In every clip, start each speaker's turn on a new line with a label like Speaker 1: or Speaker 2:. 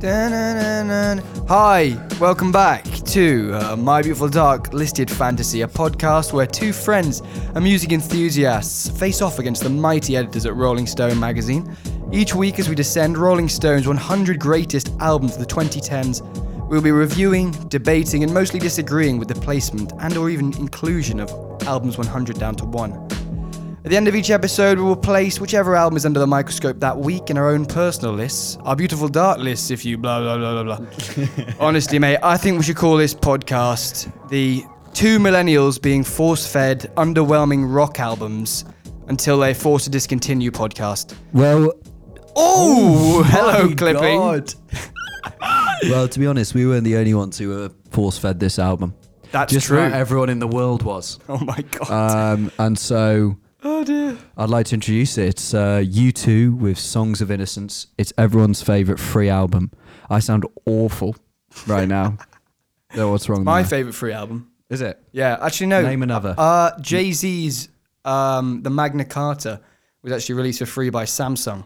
Speaker 1: Da-na-na-na. Hi, welcome back to uh, My Beautiful Dark Listed Fantasy, a podcast where two friends and music enthusiasts face off against the mighty editors at Rolling Stone magazine. Each week, as we descend Rolling Stone's 100 greatest albums of the 2010s, we'll be reviewing, debating, and mostly disagreeing with the placement and/or even inclusion of albums 100 down to one. At the end of each episode, we will place whichever album is under the microscope that week in our own personal lists, our beautiful dart lists, if you blah, blah, blah, blah, blah. Honestly, mate, I think we should call this podcast the two millennials being force fed underwhelming rock albums until they're forced to discontinue podcast.
Speaker 2: Well,
Speaker 1: Oh, hello,
Speaker 2: my
Speaker 1: Clipping.
Speaker 2: God. well, to be honest, we weren't the only ones who were force fed this album.
Speaker 1: That's
Speaker 2: Just
Speaker 1: true.
Speaker 2: about everyone in the world was.
Speaker 1: Oh my God.
Speaker 2: Um, and so
Speaker 1: oh dear.
Speaker 2: I'd like to introduce it. It's uh, U2 with Songs of Innocence. It's everyone's favourite free album. I sound awful right now. no, what's wrong?
Speaker 1: My
Speaker 2: there?
Speaker 1: favourite free album.
Speaker 2: Is it?
Speaker 1: Yeah, actually, no.
Speaker 2: Name another.
Speaker 1: Uh, Jay Z's um, The Magna Carta was actually released for free by Samsung.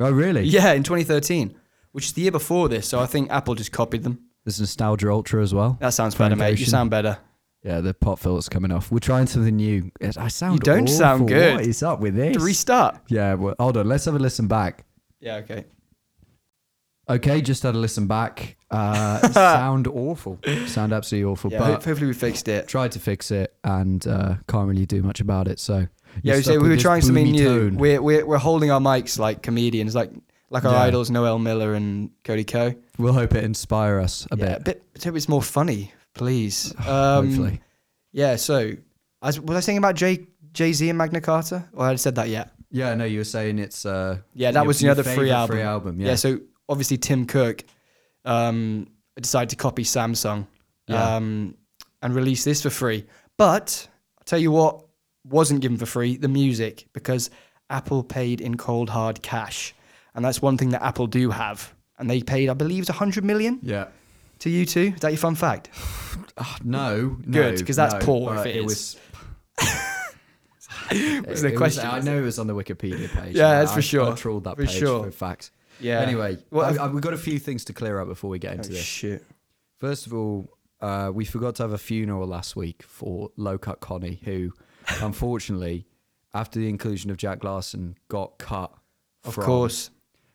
Speaker 2: oh, really?
Speaker 1: Yeah, in 2013, which is the year before this. So I think Apple just copied them.
Speaker 2: There's Nostalgia Ultra as well.
Speaker 1: That sounds better, mate. You
Speaker 2: Vacation.
Speaker 1: sound better.
Speaker 2: Yeah, the pot filter's coming off. We're trying something new. It- I sound.
Speaker 1: don't sound
Speaker 2: awful.
Speaker 1: good.
Speaker 2: What is up with this?
Speaker 1: To restart.
Speaker 2: yeah, well, hold on. Let's have a listen back.
Speaker 1: Yeah, okay.
Speaker 2: Okay, just had a listen back. Uh, sound awful. Sound absolutely awful.
Speaker 1: Yeah, ho-
Speaker 2: but
Speaker 1: hopefully we fixed it.
Speaker 2: tried to fix it and uh, can't really do much about it. So
Speaker 1: Yeah,
Speaker 2: you're
Speaker 1: we,
Speaker 2: stuck
Speaker 1: say we
Speaker 2: with
Speaker 1: were
Speaker 2: this
Speaker 1: trying something
Speaker 2: boomy
Speaker 1: new.
Speaker 2: tone.
Speaker 1: We're, we're, we're holding our mics like comedians, like like our
Speaker 2: Yeah.
Speaker 1: idols, Noel Miller and Cody Co.
Speaker 2: We'll hope it inspire us a
Speaker 1: Yeah, a
Speaker 2: bit.
Speaker 1: bit, let's hope it's more funny, please. Um,
Speaker 2: hopefully,
Speaker 1: Yeah, so as, was I saying about Jay, Jay-Z and Magna Carta? Or I hadn't said that yet.
Speaker 2: yeah. No, you were saying it's uh,
Speaker 1: Yeah, that
Speaker 2: your-
Speaker 1: was the
Speaker 2: your
Speaker 1: other free
Speaker 2: favourite
Speaker 1: album.
Speaker 2: Free album.
Speaker 1: Yeah.
Speaker 2: Yeah.
Speaker 1: so obviously Tim Cook um, decided to copy Samsung
Speaker 2: Yeah.
Speaker 1: um, and release this for free. But I'll tell you what wasn't given for free the music because Apple paid in cold hard cash. And that's one thing that Apple do have. And they paid, I believe, it's 100 million
Speaker 2: yeah.
Speaker 1: to you two. Is that your fun fact?
Speaker 2: Ah, no, no,
Speaker 1: Good, 'cause that's
Speaker 2: no,
Speaker 1: poor if
Speaker 2: but
Speaker 1: it
Speaker 2: it
Speaker 1: is.
Speaker 2: was.
Speaker 1: was the
Speaker 2: it
Speaker 1: question,
Speaker 2: I
Speaker 1: was
Speaker 2: know it was on the Wikipedia page.
Speaker 1: Yeah,
Speaker 2: and
Speaker 1: that's
Speaker 2: I-
Speaker 1: for sure.
Speaker 2: I trawled that
Speaker 1: For
Speaker 2: page
Speaker 1: sure.
Speaker 2: for facts.
Speaker 1: Yeah.
Speaker 2: Anyway,
Speaker 1: Well,
Speaker 2: I, I, we've got a few things to clear up before we get into
Speaker 1: Oh,
Speaker 2: this.
Speaker 1: shit.
Speaker 2: First of all, uh, we forgot to have a funeral last week for Low Cut Connie, who, unfortunately, after the inclusion of Jack Larson, got cut.
Speaker 1: Of course.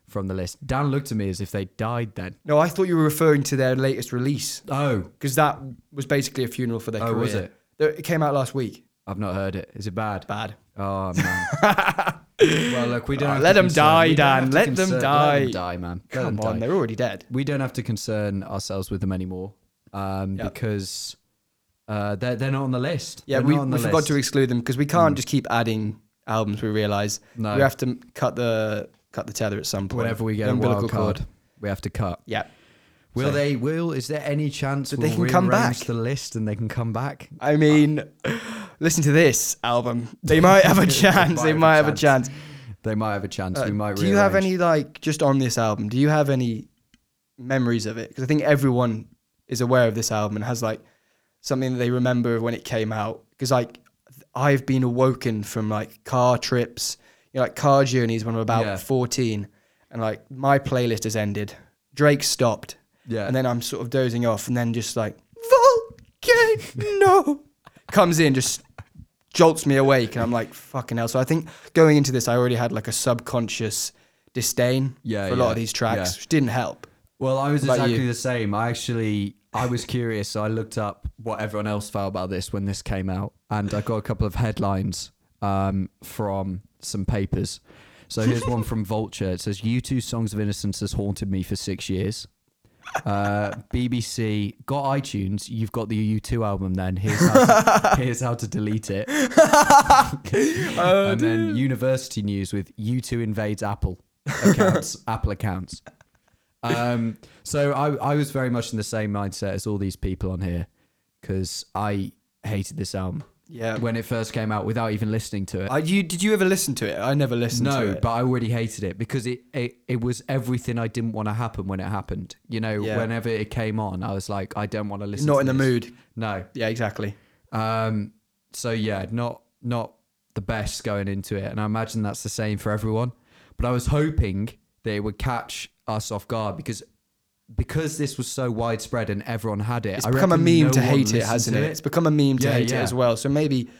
Speaker 2: From the list. Dan looked at me as if they died then.
Speaker 1: No, I thought you were referring to their latest release
Speaker 2: Oh,
Speaker 1: because that was basically a funeral for their
Speaker 2: Oh,
Speaker 1: career.
Speaker 2: was it?
Speaker 1: There- It came out last week.
Speaker 2: I've not heard it. Is it bad?
Speaker 1: Bad.
Speaker 2: Oh, man. well, look, we don't.
Speaker 1: Oh,
Speaker 2: have
Speaker 1: let
Speaker 2: to
Speaker 1: 'em
Speaker 2: concern-
Speaker 1: die,
Speaker 2: we don't
Speaker 1: Dan.
Speaker 2: have to
Speaker 1: Let 'em
Speaker 2: concern-
Speaker 1: die.
Speaker 2: Let them die, man. Let 'em
Speaker 1: Come on,
Speaker 2: die.
Speaker 1: they're already dead.
Speaker 2: we don't have to concern ourselves with them anymore um,
Speaker 1: Yep.
Speaker 2: because uh, they're, they're not on the list.
Speaker 1: Yeah,
Speaker 2: They're
Speaker 1: we,
Speaker 2: not on
Speaker 1: we
Speaker 2: the
Speaker 1: forgot
Speaker 2: list. Mm.
Speaker 1: to exclude them because we can't just keep adding albums. We realize
Speaker 2: No.
Speaker 1: we have to m- cut the cut the tether at some point.
Speaker 2: whenever we get
Speaker 1: The
Speaker 2: a
Speaker 1: umbilical
Speaker 2: wild card, we have to cut.
Speaker 1: Yeah,
Speaker 2: Will
Speaker 1: So-
Speaker 2: they? Will is there any chance
Speaker 1: they
Speaker 2: we'll
Speaker 1: can come
Speaker 2: rearrange
Speaker 1: back?
Speaker 2: the list and they can come back?
Speaker 1: I mean, listen to this album. They might have a chance. they might have a chance.
Speaker 2: They might have a chance.
Speaker 1: Uh,
Speaker 2: we might.
Speaker 1: do you have
Speaker 2: rearrange.
Speaker 1: any like just on this album? Do you have any memories of it? Because I think everyone is aware of this album and has like something that they remember when it came out. Because like I've been awoken from like car trips, you know, like car journeys when I'm about
Speaker 2: Yeah.
Speaker 1: 14, and like my playlist has ended. Drake stopped,
Speaker 2: Yeah.
Speaker 1: and then I'm sort of dozing off, and then just like volcano comes in, just jolts me awake and I'm like, fucking hell. So I think going into this, I already had like a subconscious disdain
Speaker 2: Yeah,
Speaker 1: for a lot
Speaker 2: yeah,
Speaker 1: of these tracks,
Speaker 2: yeah.
Speaker 1: which didn't help.
Speaker 2: Well, I was
Speaker 1: about
Speaker 2: exactly
Speaker 1: you?
Speaker 2: the same. I actually, I was curious, so I looked up what everyone else felt about this when this came out, and I got a couple of headlines um, from some papers. So here's one from Vulture. It says, "U2 Songs of Innocence has haunted me for six years." Uh, BBC got iTunes. You've got the U2 album. Then here's how to, here's how to delete it.
Speaker 1: Oh,
Speaker 2: and then university news with U2 invades Apple accounts. Apple accounts um, so I, I was very much in the same mindset as all these people on here because I hated this album
Speaker 1: Yeah.
Speaker 2: when it first came out without even listening to it.
Speaker 1: I, you, did you ever listen to it? I never listened to
Speaker 2: no,
Speaker 1: it.
Speaker 2: but I already hated it because it, it, it was everything I didn't want to happen when it happened. You know,
Speaker 1: Yeah.
Speaker 2: whenever it came on, I was like, I don't want to listen.
Speaker 1: Not
Speaker 2: to
Speaker 1: in the
Speaker 2: this.
Speaker 1: mood.
Speaker 2: No.
Speaker 1: Yeah, exactly.
Speaker 2: Um. So yeah, not not the best going into it, and I imagine that's the same for everyone. But I was hoping that it would catch us off guard because because this was so widespread and everyone had it.
Speaker 1: It's
Speaker 2: I
Speaker 1: become a
Speaker 2: reckon
Speaker 1: meme
Speaker 2: no
Speaker 1: to
Speaker 2: one
Speaker 1: hate it,
Speaker 2: listened
Speaker 1: hasn't
Speaker 2: to
Speaker 1: it? It's become a meme to
Speaker 2: Yeah,
Speaker 1: hate it
Speaker 2: yeah.
Speaker 1: as well. So maybe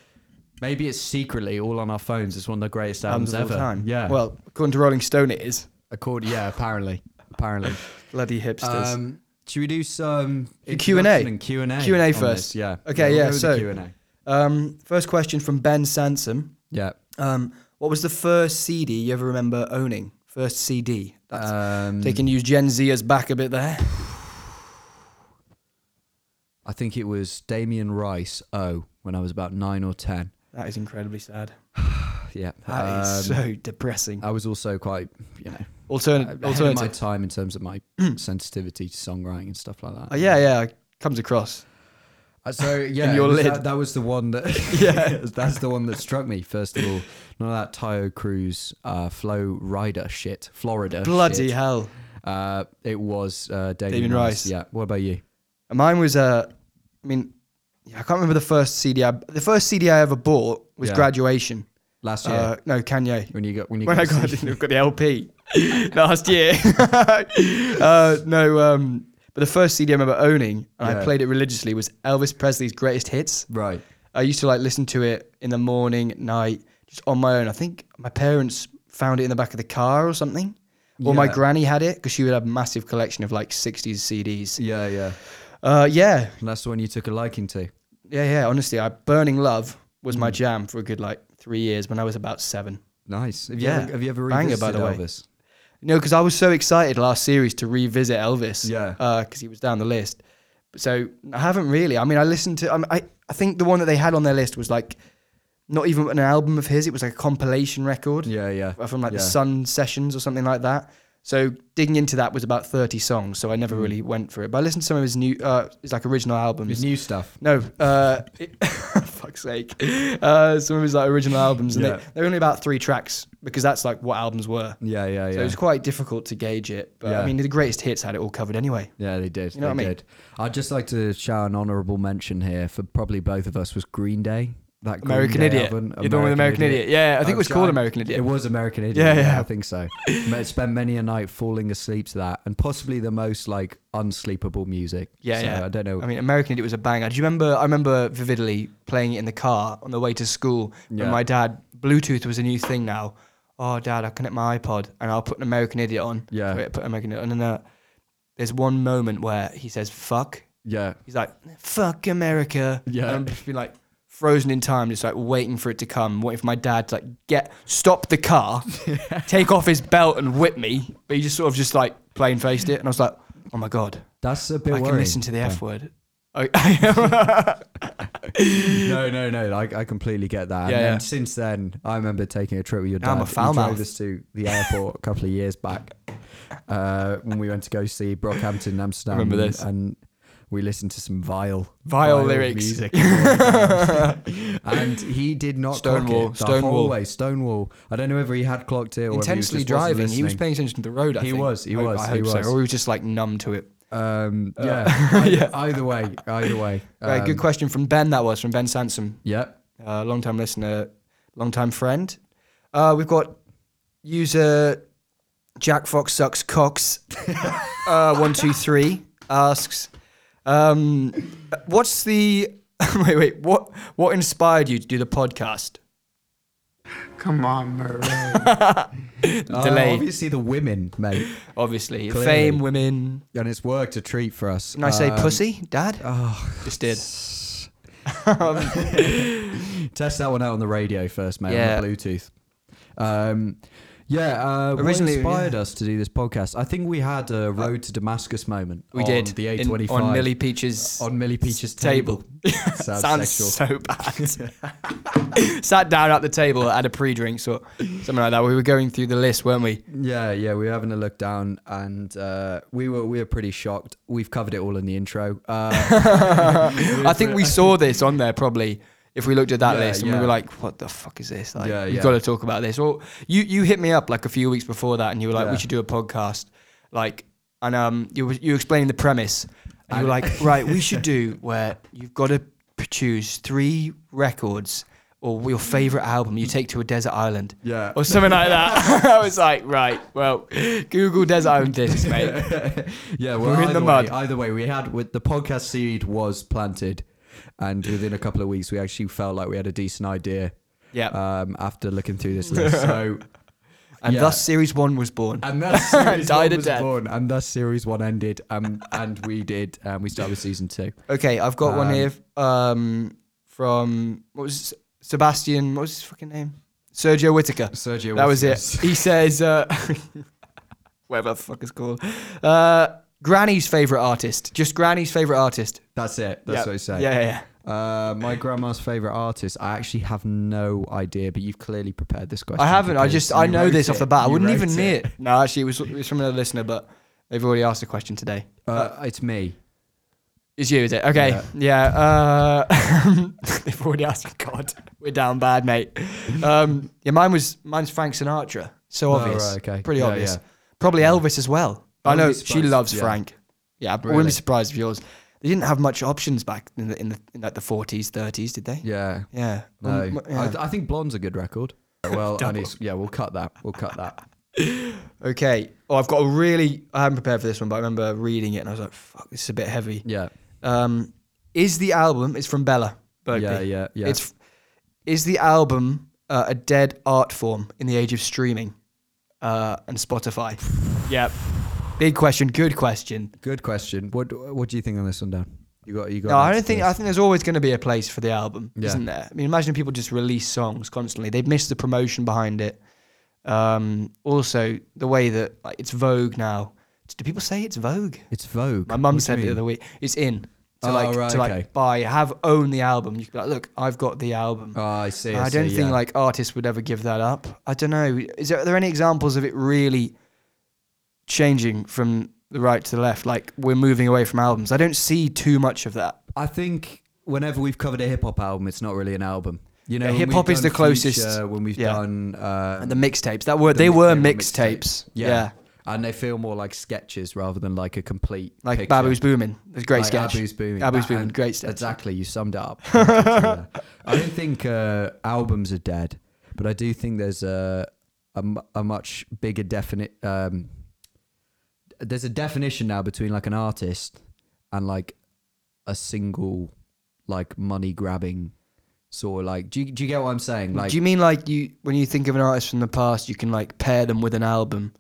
Speaker 2: Maybe it's secretly all on our phones. It's one of the greatest
Speaker 1: albums of
Speaker 2: albums
Speaker 1: all
Speaker 2: ever.
Speaker 1: time.
Speaker 2: Yeah.
Speaker 1: Well, according to Rolling Stone, it is.
Speaker 2: according yeah, apparently, apparently.
Speaker 1: Bloody hipsters.
Speaker 2: Um, should we do some
Speaker 1: Q and A.
Speaker 2: Q and A.
Speaker 1: Q and A
Speaker 2: on
Speaker 1: first.
Speaker 2: this? Yeah.
Speaker 1: Okay, yeah, so-
Speaker 2: Q and A.
Speaker 1: Um, first question from Ben Sansom.
Speaker 2: Yeah.
Speaker 1: Um, what was the first CD you ever remember owning? First CD. That's
Speaker 2: Um,
Speaker 1: They can use Gen Zers back a bit there.
Speaker 2: I think it was Damien Rice. Oh, when I was about nine or ten.
Speaker 1: That is incredibly sad.
Speaker 2: Yeah.
Speaker 1: That is
Speaker 2: Um,
Speaker 1: so depressing. Uh,
Speaker 2: I was also quite, you know,
Speaker 1: Alternate,
Speaker 2: ahead of my
Speaker 1: alternative.
Speaker 2: time in terms of my sensitivity to songwriting and stuff like that.
Speaker 1: Oh, yeah, yeah, comes across.
Speaker 2: Uh, So yeah,
Speaker 1: your
Speaker 2: it was
Speaker 1: lid.
Speaker 2: That, that was the one that yeah, that's the one that struck me first of all. None of that Tyo Cruz uh, flow rider shit, Florida.
Speaker 1: Bloody
Speaker 2: shit.
Speaker 1: hell.
Speaker 2: Uh, it was uh, Damien,
Speaker 1: Damien
Speaker 2: Rice.
Speaker 1: Rice.
Speaker 2: Yeah. What about you?
Speaker 1: And Mine was, uh, I mean, yeah, I can't remember the first CD. I, the first CD I ever bought was
Speaker 2: Yeah.
Speaker 1: Graduation.
Speaker 2: Last year
Speaker 1: Uh, no, Kanye.
Speaker 2: when you got when you
Speaker 1: When I
Speaker 2: got,
Speaker 1: got, I got the LP last year. uh, no, um, but the first CD I remember owning, and I
Speaker 2: Yeah.
Speaker 1: played it religiously, was Elvis Presley's Greatest Hits.
Speaker 2: right.
Speaker 1: I used to like listen to it in the morning, at night, just on my own. I think my parents found it in the back of the car or something. Or my
Speaker 2: Yeah.
Speaker 1: granny had it because she would have a massive collection of like 60s CDs.
Speaker 2: Yeah, yeah.
Speaker 1: Uh, yeah,
Speaker 2: And that's the one you took a liking to.
Speaker 1: yeah, yeah. Honestly, I, Burning Love was
Speaker 2: Mm.
Speaker 1: my jam for a good like three years when I was about seven.
Speaker 2: Nice. Have you
Speaker 1: Yeah.
Speaker 2: ever, have you ever
Speaker 1: Banger,
Speaker 2: revisited
Speaker 1: by the way.
Speaker 2: Elvis?
Speaker 1: No, because I was so excited last series to revisit Elvis.
Speaker 2: Yeah.
Speaker 1: Because he was down the list. So I haven't really. I mean, I listened to. Um, I I think the one that they had on their list was like not even an album of his. It was like a compilation record
Speaker 2: Yeah, yeah.
Speaker 1: from like the
Speaker 2: Yeah.
Speaker 1: Sun sessions or something like that. So digging into that was about thirty songs. So I never
Speaker 2: Hmm.
Speaker 1: really went for it. But I listened to some of his new, uh, his like original albums.
Speaker 2: New stuff.
Speaker 1: No, uh, it- fuck's sake. Uh, some of his like original albums, and
Speaker 2: Yeah.
Speaker 1: they, they're only about three tracks because that's like what albums were.
Speaker 2: Yeah, yeah, yeah.
Speaker 1: So it was quite difficult to gauge it. But I
Speaker 2: Yeah.
Speaker 1: mean, the greatest hits had it all covered anyway.
Speaker 2: Yeah, they did.
Speaker 1: You know
Speaker 2: they
Speaker 1: what I mean?
Speaker 2: did. I'd just like to shout an honourable mention here for probably both of us was Green Day. That Green
Speaker 1: American
Speaker 2: Day
Speaker 1: Idiot.
Speaker 2: album,
Speaker 1: You're the one with American Idiot. Yeah, I think it was called American Idiot.
Speaker 2: It was American Idiot.
Speaker 1: Yeah,
Speaker 2: Yeah,
Speaker 1: yeah.
Speaker 2: I think so. I spent many a night falling asleep to that, and possibly the most like unsleepable music.
Speaker 1: Yeah,
Speaker 2: so
Speaker 1: yeah.
Speaker 2: I don't know.
Speaker 1: I mean, American Idiot was a banger. Do you remember? I remember vividly playing it in the car on the way to school. When
Speaker 2: Yeah.
Speaker 1: my dad, Bluetooth was a new thing now. Oh, dad, I connect my iPod and I'll put an American Idiot on.
Speaker 2: Yeah.
Speaker 1: So I put American Idiot on. And uh, there's one moment where he says "fuck."
Speaker 2: yeah,
Speaker 1: He's like, "Fuck America."
Speaker 2: Yeah.
Speaker 1: And I'm just be like. Frozen in time, just like waiting for it to come, waiting for my dad to like get stop the car, take off his belt and whip me. But he just sort of just like plain faced it, and I was like, "Oh my god,
Speaker 2: that's a bit.
Speaker 1: I can
Speaker 2: worrying.
Speaker 1: listen to the
Speaker 2: Yeah.
Speaker 1: F word. I
Speaker 2: no, no, no. I, I completely get that.
Speaker 1: Yeah,
Speaker 2: and then
Speaker 1: yeah.
Speaker 2: since then, I remember taking a trip with your dad.
Speaker 1: I'm a
Speaker 2: You
Speaker 1: foul
Speaker 2: drove
Speaker 1: mouth.
Speaker 2: us to the airport a couple of years back uh, when we went to go see Brockhampton in Amsterdam.
Speaker 1: Remember this.
Speaker 2: And we listened to some vile,
Speaker 1: Vile lyrics.
Speaker 2: music. and he did not
Speaker 1: Stonewall,
Speaker 2: Clock it the
Speaker 1: Stonewall.
Speaker 2: whole way, Stonewall. I don't know whether he had clocked it or whether
Speaker 1: intensely
Speaker 2: he just wasn't
Speaker 1: driving. He was
Speaker 2: listening.
Speaker 1: paying attention to the road. I
Speaker 2: He
Speaker 1: think.
Speaker 2: was, he
Speaker 1: I-
Speaker 2: was,
Speaker 1: I
Speaker 2: he
Speaker 1: hope so.
Speaker 2: was.
Speaker 1: Or he was just like numb to it.
Speaker 2: Um, yeah. Either,
Speaker 1: Uh, yeah.
Speaker 2: either way, either way.
Speaker 1: Right, good
Speaker 2: Um,
Speaker 1: question from Ben. That was from Ben Sansom,
Speaker 2: Yep.
Speaker 1: uh, long time listener, long time friend. Uh, we've got user Jack Fox sucks cocks. uh, one two three asks, um, what's the wait wait what what inspired you to do the podcast?
Speaker 3: Come on, Murray.
Speaker 2: Uh,
Speaker 1: Delayed.
Speaker 2: obviously, the women, mate.
Speaker 1: Obviously,
Speaker 2: Clearly.
Speaker 1: fame, women.
Speaker 2: And it's worked a treat for us.
Speaker 1: Can I say
Speaker 2: Um,
Speaker 1: pussy, Dad?
Speaker 2: Oh,
Speaker 1: Just did.
Speaker 2: Test that one out on the radio first, mate.
Speaker 1: Yeah.
Speaker 2: On the Bluetooth. Um, yeah. Uh,
Speaker 1: Originally,
Speaker 2: Originally, what inspired
Speaker 1: yeah. Uh,
Speaker 2: us to do this podcast? I think we had a road to Damascus moment.
Speaker 1: We
Speaker 2: on
Speaker 1: did
Speaker 2: the
Speaker 1: in-
Speaker 2: A twenty five
Speaker 1: on Millie Peach's
Speaker 2: on Millie Peach's
Speaker 1: table.
Speaker 2: table.
Speaker 1: Sounds so bad. Sat down at the table, had a pre-drink or something like that. We were going through the list, weren't we?
Speaker 2: Yeah, yeah, we were having a look down, and uh, we were we were pretty shocked. We've covered it all in the intro. Uh,
Speaker 1: I think we saw this on there probably. If we looked at that
Speaker 2: Yeah,
Speaker 1: list and we
Speaker 2: yeah.
Speaker 1: were like, "What the fuck is this?" Like,
Speaker 2: Yeah,
Speaker 1: we've
Speaker 2: yeah.
Speaker 1: got to talk about this. Or you you hit me up like a few weeks before that, and you were like, "We
Speaker 2: Yeah.
Speaker 1: should do a podcast." Like, and um, you were- you explained the premise, and you were like, "Right, we should do where you've got to p- choose three records or your favorite album you take to a desert island.
Speaker 2: Yeah.
Speaker 1: Or something like that. I was like, right, well, Google desert island discs, mate.
Speaker 2: yeah,
Speaker 1: We're
Speaker 2: well,
Speaker 1: in the
Speaker 2: either way-
Speaker 1: mud.
Speaker 2: Either way, we had with the podcast seed was planted, and within a couple of weeks, we actually felt like we had a decent idea.
Speaker 1: Yeah.
Speaker 2: Um, after looking through this list, so
Speaker 1: and
Speaker 2: yeah.
Speaker 1: thus series one was born.
Speaker 2: and that's series
Speaker 1: Died
Speaker 2: one
Speaker 1: a
Speaker 2: was
Speaker 1: death.
Speaker 2: born, and thus series one ended, um, and we did, um, we started with season two.
Speaker 1: Okay, I've got one
Speaker 2: Um,
Speaker 1: here um, from what was Sebastian? What was his fucking name? Sergio Whitaker.
Speaker 2: Sergio,
Speaker 1: That was it.
Speaker 2: Wilson's-
Speaker 1: He says, uh, whatever the fuck it's called, uh, Granny's favorite artist. Just Granny's favorite artist.
Speaker 2: That's it. That's
Speaker 1: Yeah.
Speaker 2: what he said.
Speaker 1: Yeah, yeah, yeah.
Speaker 2: Uh, my grandma's favorite artist. I actually have no idea, but you've clearly prepared this question.
Speaker 1: I haven't. I
Speaker 2: because
Speaker 1: just I
Speaker 2: you
Speaker 1: know
Speaker 2: wrote
Speaker 1: this off
Speaker 2: it.
Speaker 1: the bat. I
Speaker 2: You
Speaker 1: wouldn't
Speaker 2: wrote
Speaker 1: even
Speaker 2: it.
Speaker 1: hear it. No, actually, it was, it was from another listener, but they've already asked the question today.
Speaker 2: Uh, it's me.
Speaker 1: It's you, is it? Okay. Yeah.
Speaker 2: Yeah.
Speaker 1: uh, they've already asked. God, we're down bad, mate. Um, yeah, mine was mine's Frank Sinatra. So
Speaker 2: Oh,
Speaker 1: obvious.
Speaker 2: right, okay.
Speaker 1: Pretty
Speaker 2: Yeah,
Speaker 1: obvious.
Speaker 2: yeah.
Speaker 1: Probably Elvis as well. I
Speaker 2: I
Speaker 1: know
Speaker 2: wouldn't be
Speaker 1: she
Speaker 2: surprised,
Speaker 1: loves
Speaker 2: yeah.
Speaker 1: Frank. Yeah, I wouldn't
Speaker 2: Really?
Speaker 1: be surprised if yours. They didn't have much options back in the in, the, in like the forties, thirties, did they?
Speaker 2: Yeah.
Speaker 1: Yeah.
Speaker 2: No,
Speaker 1: Um,
Speaker 2: I,
Speaker 1: yeah.
Speaker 2: I think Blonde's a good record. Well, and it's, yeah, we'll cut that. We'll cut that.
Speaker 1: Okay. Oh, I've got a really. I haven't prepared for this one, but I remember reading it and I was like, "Fuck, this is a bit heavy."
Speaker 2: Yeah,
Speaker 1: Um, is the album? It's from Bella. Berkeley.
Speaker 2: yeah, yeah, yeah.
Speaker 1: It's is the album uh, a dead art form in the age of streaming uh, and Spotify? yep. Big question. Good question.
Speaker 2: good question. What What do you think on this one, Dan? You got you got.
Speaker 1: No,
Speaker 2: an
Speaker 1: I don't
Speaker 2: answer to
Speaker 1: think.
Speaker 2: this?
Speaker 1: I think there's always going to be a place for the album,
Speaker 2: Yeah.
Speaker 1: isn't there? I mean, imagine people just release songs constantly. They've missed the promotion behind it. Um, also, the way that like, it's Vogue now. Do people say it's Vogue?
Speaker 2: it's Vogue.
Speaker 1: My
Speaker 2: What do
Speaker 1: mum
Speaker 2: you
Speaker 1: said it the
Speaker 2: mean?
Speaker 1: other week. It's in to
Speaker 2: Oh,
Speaker 1: like
Speaker 2: right,
Speaker 1: to like
Speaker 2: okay.
Speaker 1: buy, have own the album. You could be like, look, I've got the album.
Speaker 2: Oh, I see.
Speaker 1: I
Speaker 2: see,
Speaker 1: don't think
Speaker 2: yeah.
Speaker 1: like artists would ever give that up. I don't know. Is there, are there any examples of it really changing from the right to the left? Like we're moving away from albums. I don't see too much of that.
Speaker 2: I think whenever we've covered a hip hop album, it's not really an album. You know,
Speaker 1: Yeah,
Speaker 2: when we've
Speaker 1: hip-hop is
Speaker 2: done
Speaker 1: the closest,
Speaker 2: Future, when we've
Speaker 1: yeah.
Speaker 2: done uh,
Speaker 1: And the mixtapes that were they
Speaker 2: mi-
Speaker 1: were
Speaker 2: they were
Speaker 1: mixtapes. Yeah.
Speaker 2: and they feel more like sketches rather than like a complete
Speaker 1: like
Speaker 2: picture.
Speaker 1: Babu's booming. It's a great
Speaker 2: Like
Speaker 1: sketch.
Speaker 2: Abu's booming.
Speaker 1: Abu's
Speaker 2: That-
Speaker 1: booming.
Speaker 2: and-
Speaker 1: Great sketch.
Speaker 2: Exactly. You summed it up. Yeah. I don't think uh, albums are dead, but I do think there's a a, mu- a much bigger definite. Um, there's a definition now between like an artist and like a single, like money grabbing sort of like. Do you, do you get what I'm saying? Like,
Speaker 1: Do you mean like you when you think of an artist from the past, you can like pair them with an album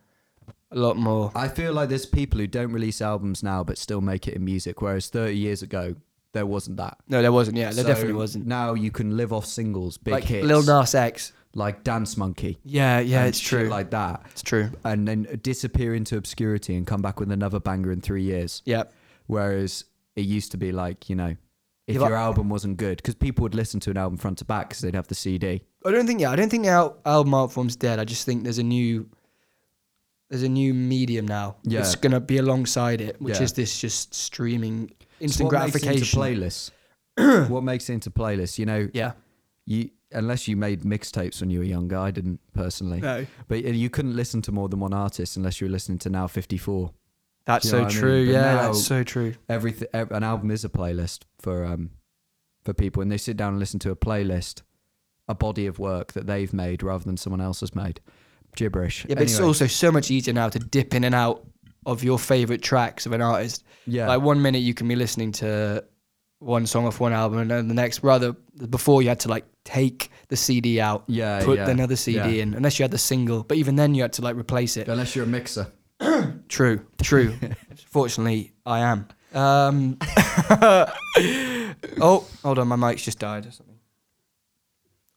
Speaker 1: a lot more?
Speaker 2: I feel like there's people who don't release albums now but still make it in music, whereas 30 years ago there wasn't that.
Speaker 1: No, there wasn't. Yeah, there
Speaker 2: So
Speaker 1: definitely wasn't.
Speaker 2: Now you can live off singles, big
Speaker 1: Like
Speaker 2: hits,
Speaker 1: Lil Nas X.
Speaker 2: like Dance Monkey.
Speaker 1: Yeah, yeah,
Speaker 2: and
Speaker 1: it's
Speaker 2: shit
Speaker 1: true. Like
Speaker 2: Like that.
Speaker 1: it's true.
Speaker 2: And then disappear into obscurity and come back with another banger in three years.
Speaker 1: Yeah.
Speaker 2: Whereas it used to be like, you know, if
Speaker 1: Yeah, but-
Speaker 2: your album wasn't good, because people would listen to an album front to back because they'd have the CD.
Speaker 1: I don't think yeah, I don't think the al- album art form's dead. I just think there's a new there's a new medium now
Speaker 2: Yeah.
Speaker 1: that's gonna be alongside it, which
Speaker 2: Yeah.
Speaker 1: is this just streaming
Speaker 2: So
Speaker 1: instant
Speaker 2: what makes it into
Speaker 1: gratification.
Speaker 2: playlists? what makes it into playlists? You know,
Speaker 1: Yeah.
Speaker 2: you unless you made mixtapes when you were younger, I didn't personally.
Speaker 1: No.
Speaker 2: But uh, you couldn't listen to more than one artist unless you were listening to now 54.
Speaker 1: That's
Speaker 2: You know
Speaker 1: so
Speaker 2: what I mean?
Speaker 1: true.
Speaker 2: But
Speaker 1: Yeah,
Speaker 2: now-
Speaker 1: that's so true.
Speaker 2: everything ev- an album is a playlist for um for people and they sit down and listen to a playlist a body of work that they've made rather than someone else has made gibberish
Speaker 1: Yeah, but it's
Speaker 2: Anyway,
Speaker 1: also so much easier now to dip in and out of your favorite tracks of an artist.
Speaker 2: yeah
Speaker 1: Like one minute you can be listening to one song off one album, and then the next, rather before you had to like take the CD out,
Speaker 2: yeah
Speaker 1: put
Speaker 2: Uh, yeah,
Speaker 1: another CD
Speaker 2: yeah.
Speaker 1: in, unless you had the single. But even then, you had to like replace it.
Speaker 2: unless you're a mixer
Speaker 1: True, true. Fortunately, I am. Um, oh, hold on, my mic's just died or something.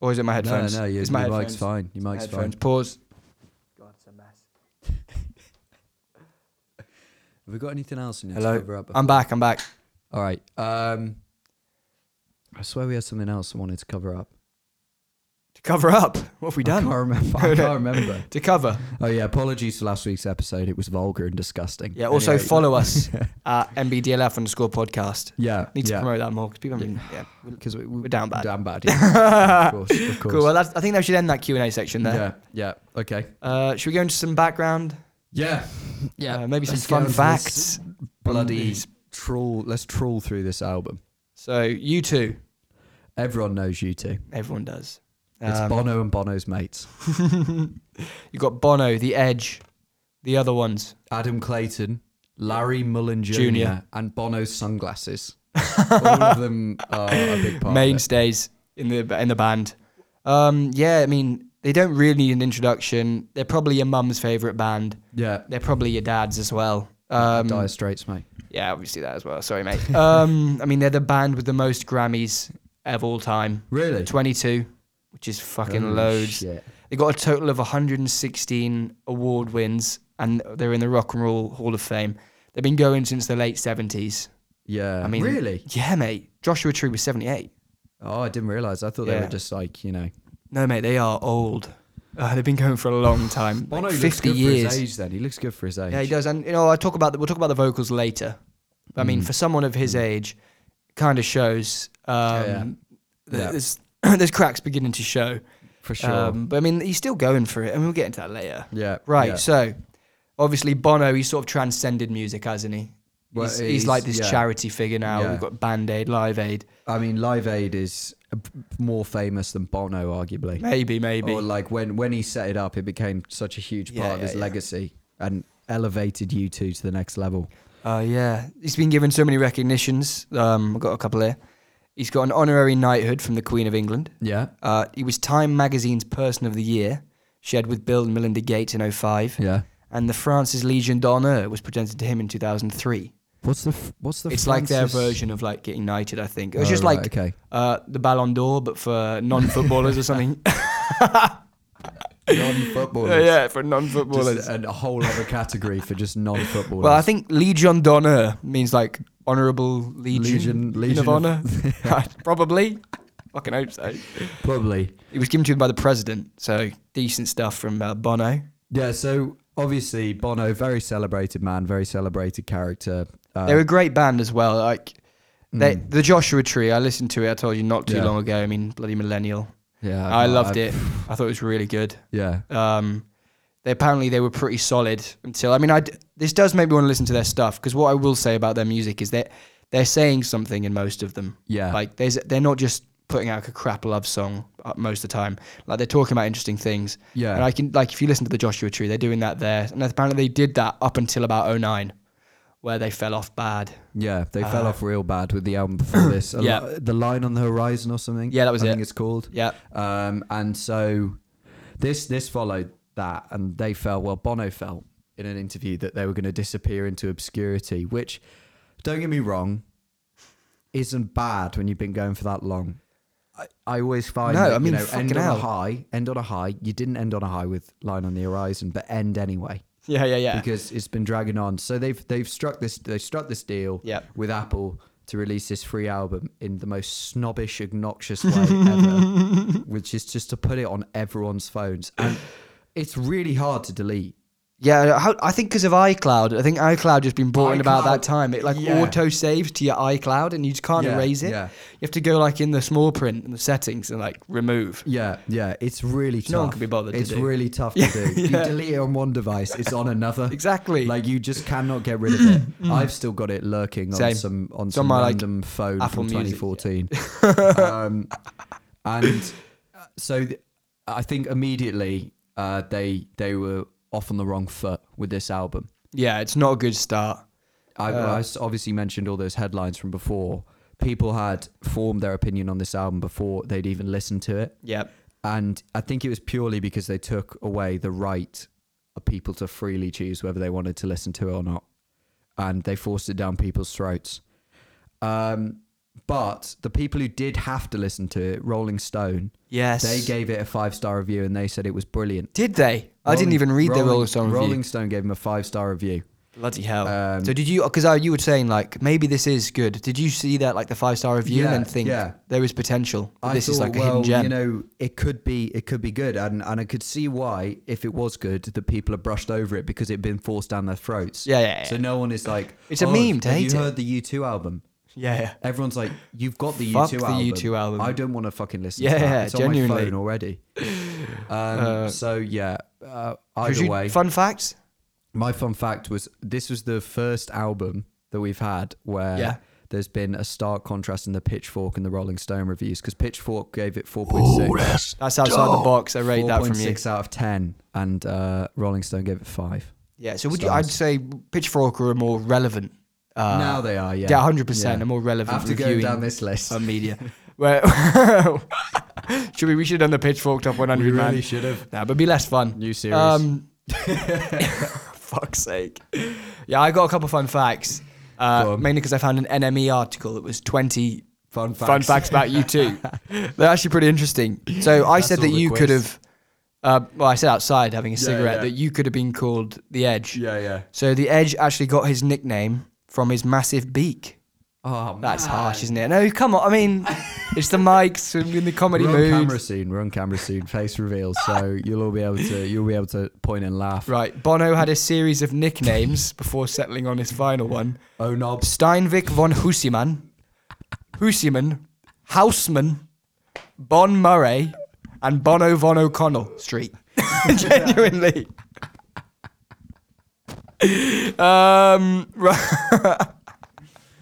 Speaker 1: Or is it my
Speaker 2: no
Speaker 1: headphones?
Speaker 2: no your,
Speaker 1: it's my
Speaker 2: your mic's
Speaker 1: headphones.
Speaker 2: fine your
Speaker 1: My
Speaker 2: mic's
Speaker 1: headphones.
Speaker 2: fine
Speaker 1: Pause.
Speaker 2: have we got anything else in here to
Speaker 1: Hello. Um,
Speaker 2: cover up
Speaker 1: I'm back. I'm back.
Speaker 2: all right um I swear we had something else I wanted to cover up
Speaker 1: To cover up, what have we
Speaker 2: I
Speaker 1: done?
Speaker 2: can't remember I can't remember
Speaker 1: To cover.
Speaker 2: oh yeah apologies for last week's episode it was vulgar and disgusting
Speaker 1: Yeah. Also
Speaker 2: Anyway,
Speaker 1: follow us at MBDLF underscore podcast.
Speaker 2: yeah
Speaker 1: Need to
Speaker 2: yeah.
Speaker 1: promote that more because people. haven't- Yeah.
Speaker 2: because we,
Speaker 1: We're down bad.
Speaker 2: Down bad. Yeah. of course, of course.
Speaker 1: Cool. Well, that's, I think that should end that Q and A section there.
Speaker 2: yeah, yeah. Okay.
Speaker 1: Uh, should we go into some background?
Speaker 2: Yeah.
Speaker 1: Uh, maybe some
Speaker 2: Let's go
Speaker 1: fun
Speaker 2: for
Speaker 1: facts.
Speaker 2: this Bloody troll. Let's troll through this album.
Speaker 1: So you two.
Speaker 2: Everyone knows you two.
Speaker 1: Everyone does.
Speaker 2: It's
Speaker 1: Um,
Speaker 2: Bono and Bono's mates.
Speaker 1: you got Bono, The Edge, the other ones.
Speaker 2: Adam Clayton, Larry Mullen Jr.,
Speaker 1: Junior.
Speaker 2: and Bono's sunglasses. All of them are a big part. of it.
Speaker 1: mainstays in the in the band. Um, yeah, I mean they don't really need an introduction. They're probably your mum's favorite band.
Speaker 2: Yeah.
Speaker 1: They're probably your dad's as well. Um,
Speaker 2: Dire Straits, mate.
Speaker 1: yeah, obviously that as well. Sorry, mate. Um, I mean they're the band with the most Grammys of all time,
Speaker 2: Really?
Speaker 1: twenty-two, which is fucking
Speaker 2: Holy
Speaker 1: loads.
Speaker 2: shit.
Speaker 1: They got a total of 116 award wins, and they're in the Rock and Roll Hall of Fame. They've been going since the late 70s.
Speaker 2: Yeah.
Speaker 1: I mean,
Speaker 2: really?
Speaker 1: Yeah, mate. Joshua Tree was 78.
Speaker 2: Oh, I didn't realize. I thought they
Speaker 1: Yeah.
Speaker 2: were just like you know.
Speaker 1: No, mate, they are old. Uh, they've been going for a long time,
Speaker 2: Bono
Speaker 1: like
Speaker 2: looks
Speaker 1: 50
Speaker 2: good for
Speaker 1: years.
Speaker 2: his age. Then he looks good for his age.
Speaker 1: Yeah, he does. And you know, I talk about the, we'll talk about the vocals later. But, I mean, for someone of his age, kind of shows. Um,
Speaker 2: Mm. yeah.
Speaker 1: th-
Speaker 2: Yeah.
Speaker 1: There's there's cracks beginning to show.
Speaker 2: for sure.
Speaker 1: Um, but I mean, he's still going for it, and we'll get into that later.
Speaker 2: yeah.
Speaker 1: Right.
Speaker 2: yeah.
Speaker 1: So, obviously, Bono, he's sort of transcended music, hasn't he?
Speaker 2: Well,
Speaker 1: he's, he's, like this
Speaker 2: yeah.
Speaker 1: charity figure now.
Speaker 2: Yeah.
Speaker 1: We've got Band Aid, Live Aid,
Speaker 2: I mean, Live Aid is uh, p- more famous than Bono, arguably.
Speaker 1: maybe, maybe.
Speaker 2: Or like when when he set it up, it became such a huge part
Speaker 1: Yeah,
Speaker 2: of
Speaker 1: yeah,
Speaker 2: his
Speaker 1: yeah.
Speaker 2: legacy and elevated you two to the next level.
Speaker 1: Uh, yeah, he's been given so many recognitions. Um, I've got a couple here. He's got an honorary knighthood from the Queen of England.
Speaker 2: Yeah.
Speaker 1: Uh, he was Time magazine's Person of the Year, shared with Bill and Melinda Gates in 05.
Speaker 2: Yeah.
Speaker 1: And the Francis Legion d'Honneur was presented to him in 2003.
Speaker 2: What's the f- What's the?
Speaker 1: it's like their
Speaker 2: Francis-
Speaker 1: version of like getting knighted, I think. It was
Speaker 2: Oh,
Speaker 1: just
Speaker 2: right,
Speaker 1: like
Speaker 2: okay.
Speaker 1: uh, the Ballon d'Or, but for non footballers or something.
Speaker 2: non-footballers.
Speaker 1: yeah, for non
Speaker 2: Just uh,
Speaker 1: footballers.
Speaker 2: a, a whole other category for just non-footballers.
Speaker 1: Well, I think Legion d'Honneur means like honorable legion,
Speaker 2: Legion- Legion
Speaker 1: of
Speaker 2: of-
Speaker 1: honor. Probably. Fucking hope so.
Speaker 2: probably.
Speaker 1: It was given to him by the president, so decent stuff from uh, Bono.
Speaker 2: Yeah. So obviously Bono, very celebrated man, very celebrated character. Uh, mm.
Speaker 1: They're a great band as well. Like they, the Joshua Tree. I listened to it. I told you not too
Speaker 2: Yeah.
Speaker 1: long ago. I mean, bloody millennial.
Speaker 2: yeah.
Speaker 1: I
Speaker 2: no,
Speaker 1: loved
Speaker 2: I-
Speaker 1: it. I thought it was really good.
Speaker 2: Yeah.
Speaker 1: Um, they apparently they were pretty solid until I mean I d- this does make me want to listen to their stuff because what I will say about their music is that they're saying something in most of them.
Speaker 2: Yeah.
Speaker 1: Like there's they're not just putting out a crap love song uh, most of the time. Like they're talking about interesting things.
Speaker 2: Yeah.
Speaker 1: And I can like if you listen to the Joshua Tree, they're doing that there, and apparently they did that up until about 09, where they fell off bad.
Speaker 2: Yeah, they fell off real bad with the album before this. A
Speaker 1: Uh, Yeah.
Speaker 2: li- the line on the horizon or something.
Speaker 1: Yeah, that was
Speaker 2: I
Speaker 1: it.
Speaker 2: think it's called.
Speaker 1: Yeah.
Speaker 2: Um, and so this this followed that, and they fell. Well, Bono felt in an interview that they were going to disappear into obscurity, which, don't get me wrong, isn't bad when you've been going for that long. I, I always find
Speaker 1: No,
Speaker 2: that,
Speaker 1: I mean,
Speaker 2: you know, end
Speaker 1: fucking
Speaker 2: on
Speaker 1: hell.
Speaker 2: a high, end on a high. You didn't end on a high with line on the horizon, but end anyway
Speaker 1: Yeah, yeah, yeah.
Speaker 2: because it's been dragging on. So they've they've struck this they struck this deal
Speaker 1: Yep.
Speaker 2: with Apple to release this free album in the most snobbish, obnoxious way ever, which is just to put it on everyone's phones, and it's really hard to delete.
Speaker 1: yeah, how, I think because of iCloud, I think iCloud just been brought in about that
Speaker 2: iCloud,
Speaker 1: time. It like
Speaker 2: yeah.
Speaker 1: auto saves to your iCloud, and you just can't
Speaker 2: Yeah,
Speaker 1: erase it.
Speaker 2: yeah.
Speaker 1: You have to go like in the small print and the settings and like remove.
Speaker 2: Yeah, yeah, it's really tough.
Speaker 1: No one can be bothered to
Speaker 2: It's
Speaker 1: do.
Speaker 2: really tough to do. You delete it on one device, it's on another.
Speaker 1: Exactly. Mm.
Speaker 2: Like you just cannot get rid of it. I've still got it lurking
Speaker 1: Same.
Speaker 2: on some on
Speaker 1: It's on
Speaker 2: some
Speaker 1: my, like,
Speaker 2: random phone
Speaker 1: Apple
Speaker 2: from
Speaker 1: Music,
Speaker 2: 2014. um, and uh, so th- I think immediately uh, they they were off on the wrong foot with this album.
Speaker 1: yeah, it's not a good start.
Speaker 2: I,
Speaker 1: Uh.
Speaker 2: I s- obviously mentioned all those headlines from before. People had formed their opinion on this album before they'd even listened to it.
Speaker 1: Yeah,
Speaker 2: And I think it was purely because they took away the right of people to freely choose whether they wanted to listen to it or not. And they forced it down people's throats. Um, but the people who did have to listen to it, Rolling Stone,
Speaker 1: Yes.
Speaker 2: they gave it a five star review and they said it was brilliant.
Speaker 1: Did they? I didn't
Speaker 2: Rolling-
Speaker 1: even read the Rolling Stone review.
Speaker 2: Rolling Stone gave them a five star review.
Speaker 1: Bloody hell!
Speaker 2: Um,
Speaker 1: so did you? Because you were saying like maybe this is good. Did you see that like the five star review
Speaker 2: Yeah,
Speaker 1: and think
Speaker 2: yeah.
Speaker 1: there is potential?
Speaker 2: I
Speaker 1: this is
Speaker 2: thought,
Speaker 1: like a hidden
Speaker 2: well,
Speaker 1: gem.
Speaker 2: You know, it could be it could be good, and and I could see why if it was good, the people have brushed over it because it'd been forced down their throats.
Speaker 1: Yeah, yeah, yeah.
Speaker 2: So no one is like,
Speaker 1: It's a
Speaker 2: "Oh,
Speaker 1: meme to
Speaker 2: have
Speaker 1: hate it."
Speaker 2: You heard the U two album.
Speaker 1: yeah, yeah.
Speaker 2: Everyone's like, you've got the
Speaker 1: Fuck
Speaker 2: U2
Speaker 1: the
Speaker 2: album.
Speaker 1: U2 album.
Speaker 2: I don't want to fucking listen
Speaker 1: Yeah,
Speaker 2: to that. It's on
Speaker 1: genuinely.
Speaker 2: my phone already. Um, so, yeah, uh,
Speaker 1: Could
Speaker 2: either
Speaker 1: you-
Speaker 2: way.
Speaker 1: fun fact.
Speaker 2: my fun fact was this was the first album that we've had where
Speaker 1: Yeah.
Speaker 2: there's been a stark contrast in the Pitchfork and the Rolling Stone reviews because Pitchfork gave it 4.6.
Speaker 1: That's outside the box. I rate that from you.
Speaker 2: 4.6 out of 10, and uh, Rolling Stone gave it 5.
Speaker 1: Yeah. So would you, I'd say Pitchfork are a more relevant. Uh,
Speaker 2: now they are, yeah.
Speaker 1: yeah, hundred percent.
Speaker 2: Yeah.
Speaker 1: A more relevant
Speaker 2: After
Speaker 1: reviewing
Speaker 2: going down this list,
Speaker 1: of media. Where should we? We should have done the Pitchfork top 100, man.
Speaker 2: should have.
Speaker 1: Nah, but be less fun. Um,
Speaker 2: New series.
Speaker 1: fuck's sake. Yeah, I got a couple fun facts.
Speaker 2: Go
Speaker 1: Uh,
Speaker 2: on.
Speaker 1: mainly because I found an NME article that was 20
Speaker 2: fun facts.
Speaker 1: fun facts about you too. They're actually pretty interesting. So I
Speaker 2: That's
Speaker 1: said
Speaker 2: all
Speaker 1: that
Speaker 2: the
Speaker 1: you
Speaker 2: quiz.
Speaker 1: could have, uh, well, I said outside having a
Speaker 2: Yeah,
Speaker 1: cigarette
Speaker 2: yeah.
Speaker 1: that you could have been called the Edge.
Speaker 2: Yeah, yeah.
Speaker 1: So the Edge actually got his nickname from his massive beak.
Speaker 2: Oh,
Speaker 1: That's harsh, isn't it? No, come on. I mean, it's the mics in the comedy
Speaker 2: We're on
Speaker 1: mood.
Speaker 2: camera soon. We're on camera soon. Face reveals. So you'll all be able to. You'll be able to point and laugh.
Speaker 1: Right, Bono had a series of nicknames before settling on his final one.
Speaker 2: Oh knobs.
Speaker 1: Steinvik von Husiman, Husiman, Houseman, Bon Murray, and Bono von O'Connell Street. Genuinely. um, right.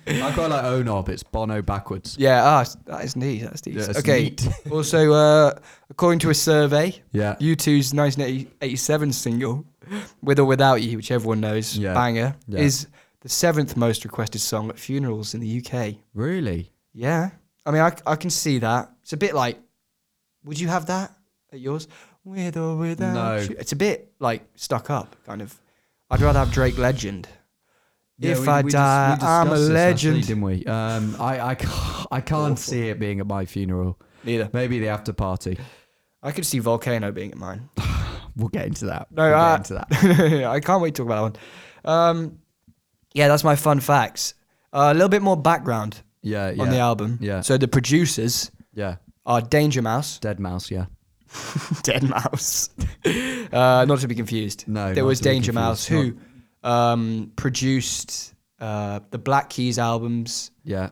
Speaker 2: I quite like oh knob. It's Bono backwards.
Speaker 1: Yeah, ah, s- that is neat. That's neat.
Speaker 2: Yeah, that's
Speaker 1: okay.
Speaker 2: neat.
Speaker 1: also, uh, according to a survey,
Speaker 2: Yeah.
Speaker 1: U2's 1987 single, With or Without You, which everyone knows,
Speaker 2: Yeah.
Speaker 1: banger,
Speaker 2: Yeah.
Speaker 1: is the seventh most requested song at funerals in the UK.
Speaker 2: Really?
Speaker 1: Yeah. I mean, I, c- I can see that. It's a bit like, would you have that at yours? With or Without
Speaker 2: No.
Speaker 1: You. It's a bit like stuck up, kind of. I'd rather have Drake Legend. if I die, I'm a legend.
Speaker 2: didn't we? Um, I I can't, I can't see it being at my funeral.
Speaker 1: Neither.
Speaker 2: Maybe the after party.
Speaker 1: I could see Volcano being at mine.
Speaker 2: We'll get into that.
Speaker 1: No,
Speaker 2: we'll
Speaker 1: uh,
Speaker 2: get into that.
Speaker 1: I can't wait to talk about that one. Um, yeah, that's my fun facts. Uh, a little bit more background
Speaker 2: Yeah, yeah,
Speaker 1: on the album.
Speaker 2: Yeah.
Speaker 1: So the producers
Speaker 2: yeah.
Speaker 1: are Danger Mouse,
Speaker 2: Dead mouse. Yeah.
Speaker 1: Dead Mouse. uh, not to be confused.
Speaker 2: No,
Speaker 1: There
Speaker 2: not
Speaker 1: was
Speaker 2: to be
Speaker 1: Danger Mouse who
Speaker 2: confused,
Speaker 1: um, produced uh, the Black Keys albums.
Speaker 2: Yeah.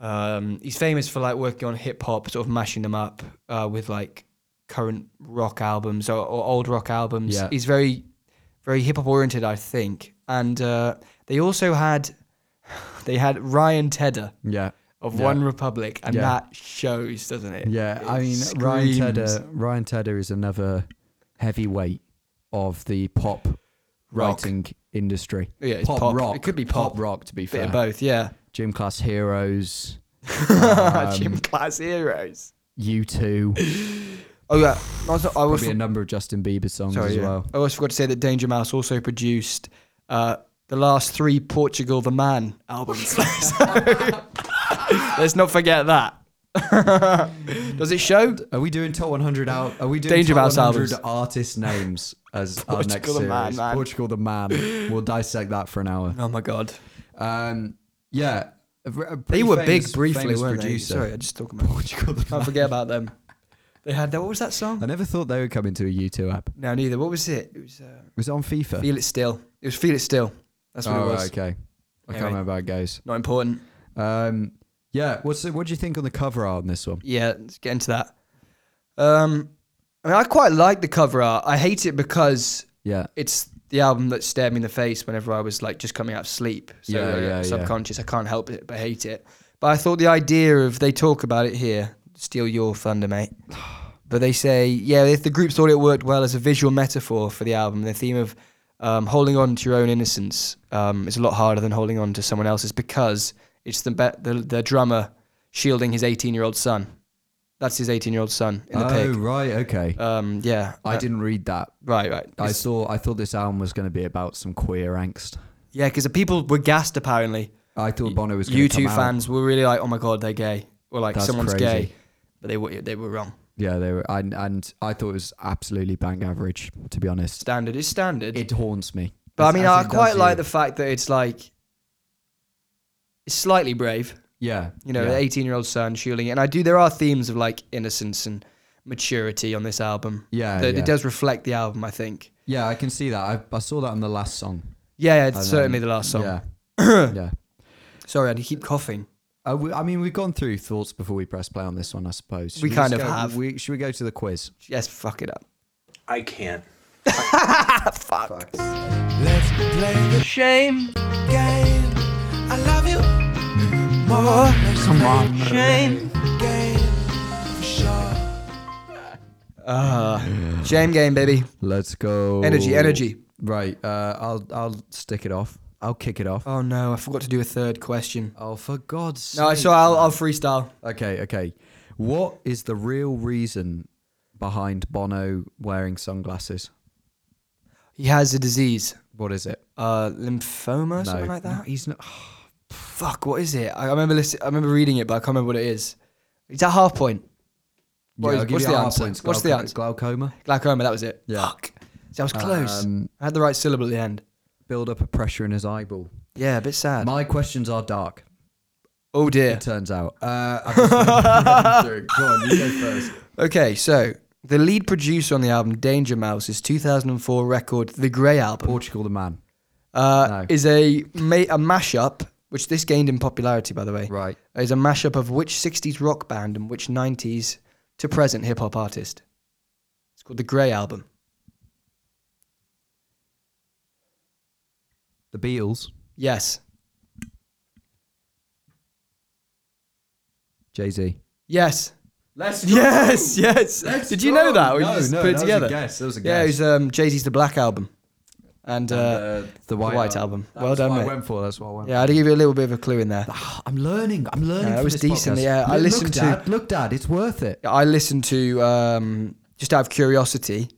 Speaker 1: Um, he's famous for like working on hip hop, sort of mashing them up uh, with like current rock albums or, or old rock albums.
Speaker 2: Yeah.
Speaker 1: He's very, very hip hop oriented, I think. And uh, they also had, they had Ryan Tedder
Speaker 2: Yeah.
Speaker 1: of
Speaker 2: Yeah.
Speaker 1: One Republic, and
Speaker 2: Yeah.
Speaker 1: that shows, doesn't it?
Speaker 2: Yeah, I
Speaker 1: It
Speaker 2: mean Ryan
Speaker 1: screams.
Speaker 2: Tedder. Ryan Tedder is another heavyweight of the pop
Speaker 1: Rock.
Speaker 2: writing industry.
Speaker 1: Yeah, it's pop. It could be pop.
Speaker 2: rock. To be
Speaker 1: Bit
Speaker 2: fair,
Speaker 1: of both, yeah.
Speaker 2: gym class heroes. Um,
Speaker 1: Gym class heroes.
Speaker 2: You two.
Speaker 1: Oh yeah, I was. I was
Speaker 2: Probably a number of Justin Bieber songs
Speaker 1: sorry,
Speaker 2: as
Speaker 1: Oh, yeah.
Speaker 2: well.
Speaker 1: I always forgot to say that Danger Mouse also produced uh, the last three Portugal the Man albums. So, let's not forget that. Does it show?
Speaker 2: Are we doing top 100 out? Are we doing
Speaker 1: Danger
Speaker 2: top
Speaker 1: Mouse
Speaker 2: 100
Speaker 1: albums.
Speaker 2: artist names as our next
Speaker 1: Portugal the
Speaker 2: series?
Speaker 1: Man, man.
Speaker 2: Portugal the man. We'll dissect that for an hour.
Speaker 1: Oh my god,
Speaker 2: Um, yeah, a v- a
Speaker 1: they
Speaker 2: pretty
Speaker 1: were
Speaker 2: famous-
Speaker 1: big briefly,
Speaker 2: famous
Speaker 1: weren't
Speaker 2: producer.
Speaker 1: they? Sorry, I just talking about Portugal. The Um, Can't forget about them. They had that. What was that
Speaker 2: I
Speaker 1: song?
Speaker 2: never thought they would come into a U2 app.
Speaker 1: No, neither. What was it? It was uh,
Speaker 2: Was it on FIFA?
Speaker 1: Feel It Still. It was Feel It Still. That's what
Speaker 2: oh,
Speaker 1: it was.
Speaker 2: right, okay. I
Speaker 1: Anyway.
Speaker 2: can't remember how it goes.
Speaker 1: Not important.
Speaker 2: Um, yeah, what's the, what do you think on the cover art on this one?
Speaker 1: Yeah, let's get into that. Um, I mean, I quite like the cover art. I hate it because
Speaker 2: Yeah,
Speaker 1: it's the album that stared me in the face whenever I was like just coming out of sleep. So
Speaker 2: Yeah,
Speaker 1: uh,
Speaker 2: yeah, yeah.
Speaker 1: subconscious, I can't help it but hate it. But I thought the idea of they talk about it here, steal your thunder, mate. But they say, yeah, if the group thought it worked well as a visual metaphor for the album, the theme of um, holding on to your own innocence um, is a lot harder than holding on to someone else's because it's the, be- the the drummer shielding his 18 year old son. That's his 18 year old son in the
Speaker 2: oh
Speaker 1: pig.
Speaker 2: right, okay.
Speaker 1: Um, yeah,
Speaker 2: I
Speaker 1: Uh,
Speaker 2: didn't read that.
Speaker 1: Right, right.
Speaker 2: I
Speaker 1: It's-
Speaker 2: saw. I thought this album was going to be about some queer angst.
Speaker 1: Yeah, because the people were gassed apparently.
Speaker 2: I thought Bono was. gonna
Speaker 1: You
Speaker 2: come
Speaker 1: two
Speaker 2: out.
Speaker 1: fans were really like, oh my god, they're gay, or like
Speaker 2: That's
Speaker 1: someone's
Speaker 2: crazy.
Speaker 1: gay, but they were they were wrong.
Speaker 2: Yeah, they were, and, and I thought it was absolutely bang average. To be honest,
Speaker 1: Standard is standard.
Speaker 2: it haunts me.
Speaker 1: but I
Speaker 2: As-
Speaker 1: mean,
Speaker 2: as
Speaker 1: I
Speaker 2: it does
Speaker 1: quite like
Speaker 2: you.
Speaker 1: the fact that it's like it's slightly brave.
Speaker 2: yeah,
Speaker 1: You know,
Speaker 2: yeah.
Speaker 1: the eighteen-year-old son shielding it, and I do. There are themes of like innocence and maturity on this album.
Speaker 2: Yeah,
Speaker 1: that
Speaker 2: yeah.
Speaker 1: it does reflect the album, I think.
Speaker 2: yeah, I can see that. I, I saw that on the last song.
Speaker 1: Yeah, yeah it's
Speaker 2: And,
Speaker 1: certainly
Speaker 2: um,
Speaker 1: the last song.
Speaker 2: Yeah, yeah.
Speaker 1: Sorry, I keep coughing.
Speaker 2: Uh, we, I mean, we've gone through thoughts before we press play on this one, I suppose. Should
Speaker 1: We kind
Speaker 2: just
Speaker 1: of
Speaker 2: go-
Speaker 1: have.
Speaker 2: We, should we go to the quiz?
Speaker 1: Yes, fuck it up.
Speaker 4: I can't.
Speaker 5: Let's play the shame game. I love you,
Speaker 1: more.
Speaker 3: Come on, Murray.
Speaker 1: Uh, shame game, baby.
Speaker 2: Let's go.
Speaker 1: Energy, energy.
Speaker 2: Right. Uh, I'll I'll stick it off. I'll kick it off.
Speaker 1: Oh no, I forgot to do a third question.
Speaker 2: Oh, for God's sake.
Speaker 1: No, so I'll, I'll freestyle.
Speaker 2: Okay, okay. What is the real reason behind Bono wearing sunglasses?
Speaker 1: He has a disease,
Speaker 2: What is it?
Speaker 1: uh, lymphoma, something like
Speaker 2: no,
Speaker 1: that.
Speaker 2: he's not.
Speaker 1: Fuck, what is it? I I remember listen, I remember reading it, but I can't remember what it is. It's a half point. What
Speaker 2: Yeah,
Speaker 1: is-
Speaker 2: I'll give
Speaker 1: what's
Speaker 2: you
Speaker 1: the
Speaker 2: half
Speaker 1: answer?
Speaker 2: points.
Speaker 1: What's the
Speaker 2: Glauco-
Speaker 1: answer?
Speaker 2: Glaucoma.
Speaker 1: Glaucoma, that was it.
Speaker 2: Yeah.
Speaker 1: Fuck. See, I was close.
Speaker 2: Um,
Speaker 1: I had the right syllable at the end.
Speaker 2: build up a pressure in his eyeball.
Speaker 1: Yeah, a bit sad.
Speaker 2: My questions are dark.
Speaker 1: oh dear.
Speaker 2: It turns out. Uh, I've just got them through. Go on, you go first.
Speaker 1: Okay, so the lead producer on the album Danger Mouse's 2004 record, The Grey Album,
Speaker 2: Portugal the man.
Speaker 1: uh,
Speaker 2: No.
Speaker 1: is a ma- a mashup, which this gained in popularity, by the way,
Speaker 2: Right.
Speaker 1: is a mashup of which 60s rock band and which 90s to present hip hop artist. It's called The Grey Album.
Speaker 2: The Beatles.
Speaker 1: Yes.
Speaker 2: Jay Z.
Speaker 1: Yes.
Speaker 2: Let's
Speaker 1: Yes, yes. Did you know that? Or you
Speaker 2: no,
Speaker 1: just
Speaker 2: no,
Speaker 1: put it
Speaker 2: that
Speaker 1: together?
Speaker 2: Was a guess. That was a
Speaker 1: Yeah, it
Speaker 2: guess.
Speaker 1: was um, Jay Z's The Black Album. And, uh,
Speaker 2: the
Speaker 1: White Album.
Speaker 2: That's
Speaker 1: Well done,
Speaker 2: what
Speaker 1: mate.
Speaker 2: I went for. That's what I went.
Speaker 1: yeah, I'd give you a little bit of a clue in there.
Speaker 2: for. I'm learning. I'm learning.
Speaker 1: Yeah, it
Speaker 2: for
Speaker 1: was
Speaker 2: this
Speaker 1: decent,
Speaker 2: podcast.
Speaker 1: yeah. I
Speaker 2: Look,
Speaker 1: listened to-
Speaker 2: look, Dad, look, Dad. It's worth it.
Speaker 1: I listened to um, just out of curiosity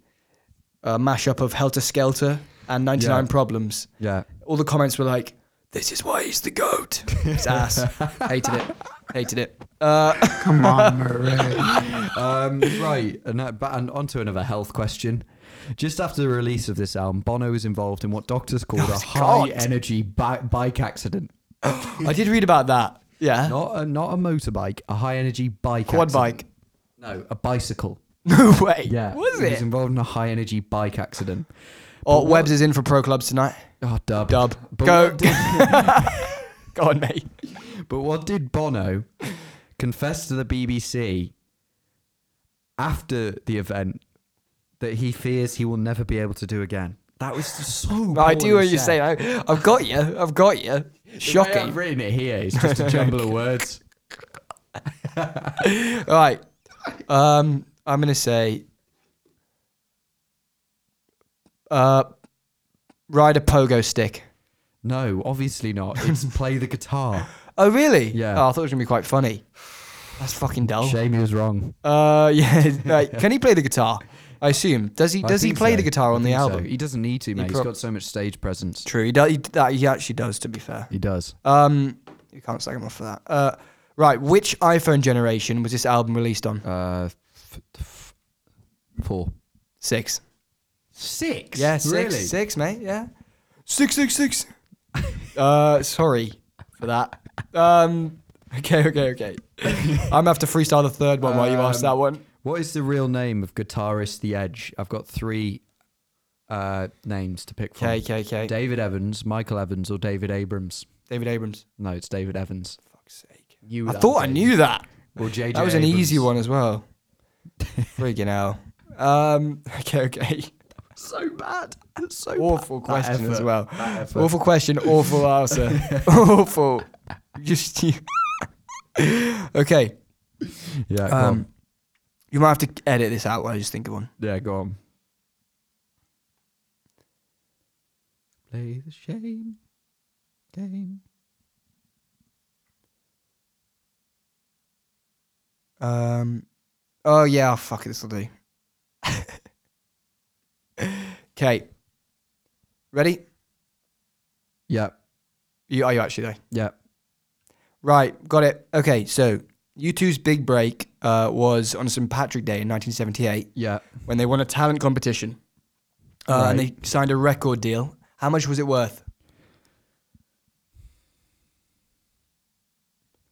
Speaker 1: a mashup of Helter Skelter and 99
Speaker 2: Yeah.
Speaker 1: Problems.
Speaker 2: Yeah.
Speaker 1: All the comments were like, "This is why he's the goat." It's ass. Hated it. Hated it. Uh,
Speaker 3: Come on, Murray.
Speaker 2: Um, right, and, that, but, and onto another health question. Just after the release of this album, Bono was involved in what doctors called a high
Speaker 1: Oh God.
Speaker 2: energy bi- bike accident.
Speaker 1: I did read about that. Yeah.
Speaker 2: Not a, not a motorbike, a high energy bike.
Speaker 1: Quad
Speaker 2: accident.
Speaker 1: bike.
Speaker 2: No, a bicycle.
Speaker 1: No way.
Speaker 2: Yeah.
Speaker 1: Was
Speaker 2: He was
Speaker 1: it?
Speaker 2: involved in a high energy bike accident.
Speaker 1: Or Webbs is in for pro clubs tonight.
Speaker 2: Oh, dub.
Speaker 1: Dub.
Speaker 2: But
Speaker 1: Go.
Speaker 2: What did,
Speaker 1: Go on, mate.
Speaker 2: but what did Bono confess to the BBC after the event that he fears he will never be able to do again? That was so.
Speaker 1: No, I do
Speaker 2: poorly
Speaker 1: what you're
Speaker 2: said.
Speaker 1: saying. I, I've got you. I've got you.
Speaker 2: The way I've
Speaker 1: Shocking.
Speaker 2: written it here is just a jumble of words.
Speaker 1: All right. Um, I'm gonna say. Uh, ride a pogo stick.
Speaker 2: No, obviously not. It's play the guitar.
Speaker 1: Oh really?
Speaker 2: Yeah.
Speaker 1: Oh, I thought it was gonna be quite funny. That's fucking dull.
Speaker 2: Shame he was wrong.
Speaker 1: Uh, yeah. like, can he play the guitar? I assume. Does he?
Speaker 2: I
Speaker 1: Does he
Speaker 2: think
Speaker 1: play
Speaker 2: so.
Speaker 1: the guitar
Speaker 2: I
Speaker 1: on the
Speaker 2: think so.
Speaker 1: album?
Speaker 2: He doesn't need to, mate.
Speaker 1: prob-
Speaker 2: He's got so much stage presence.
Speaker 1: True. He, does, he, that, he actually does. To be fair.
Speaker 2: He does.
Speaker 1: Um, you can't sack him off for that. Uh, right. Which iPhone generation was this album released on?
Speaker 2: Uh, f- f- four.
Speaker 1: Six.
Speaker 2: Six?
Speaker 1: Yeah, six, six, mate. Yeah, six, six, six. uh, sorry for that. Um, okay, okay, okay. I'm gonna have to freestyle the third one while you ask that one.
Speaker 2: What is the real name of guitarist The Edge? I've got three uh, names to pick from.
Speaker 1: Okay, okay, okay.
Speaker 2: David Evans, Michael Evans, or David Abrams?
Speaker 1: David Abrams.
Speaker 2: No, it's David Evans.
Speaker 1: Fuck's sake.
Speaker 2: You
Speaker 1: I
Speaker 2: that,
Speaker 1: thought I
Speaker 2: Dave.
Speaker 1: knew that.
Speaker 2: Or JJ
Speaker 1: That was an easy
Speaker 2: Abrams.
Speaker 1: one as well. Freaking hell. Um, okay, okay.
Speaker 2: so bad and so
Speaker 1: Awful
Speaker 2: bad. That
Speaker 1: question as
Speaker 2: effort.
Speaker 1: well.
Speaker 2: That effort.
Speaker 1: Awful question, awful answer. awful. Just you. okay.
Speaker 2: Yeah, go
Speaker 1: Um, you might have to edit this out while I just think of one.
Speaker 2: on. Yeah, go on. Play the shame game.
Speaker 1: Um. Oh yeah. Oh, fuck it. This will do. Okay. Ready?
Speaker 2: Yep,
Speaker 1: You are you actually though?
Speaker 2: yep.
Speaker 1: Right. Got it. Okay. So U2's big break uh, was on St Patrick Day in 1978
Speaker 2: Yeah,
Speaker 1: when they won a talent competition, uh, and they
Speaker 2: Right.
Speaker 1: signed a record deal. How much was it worth?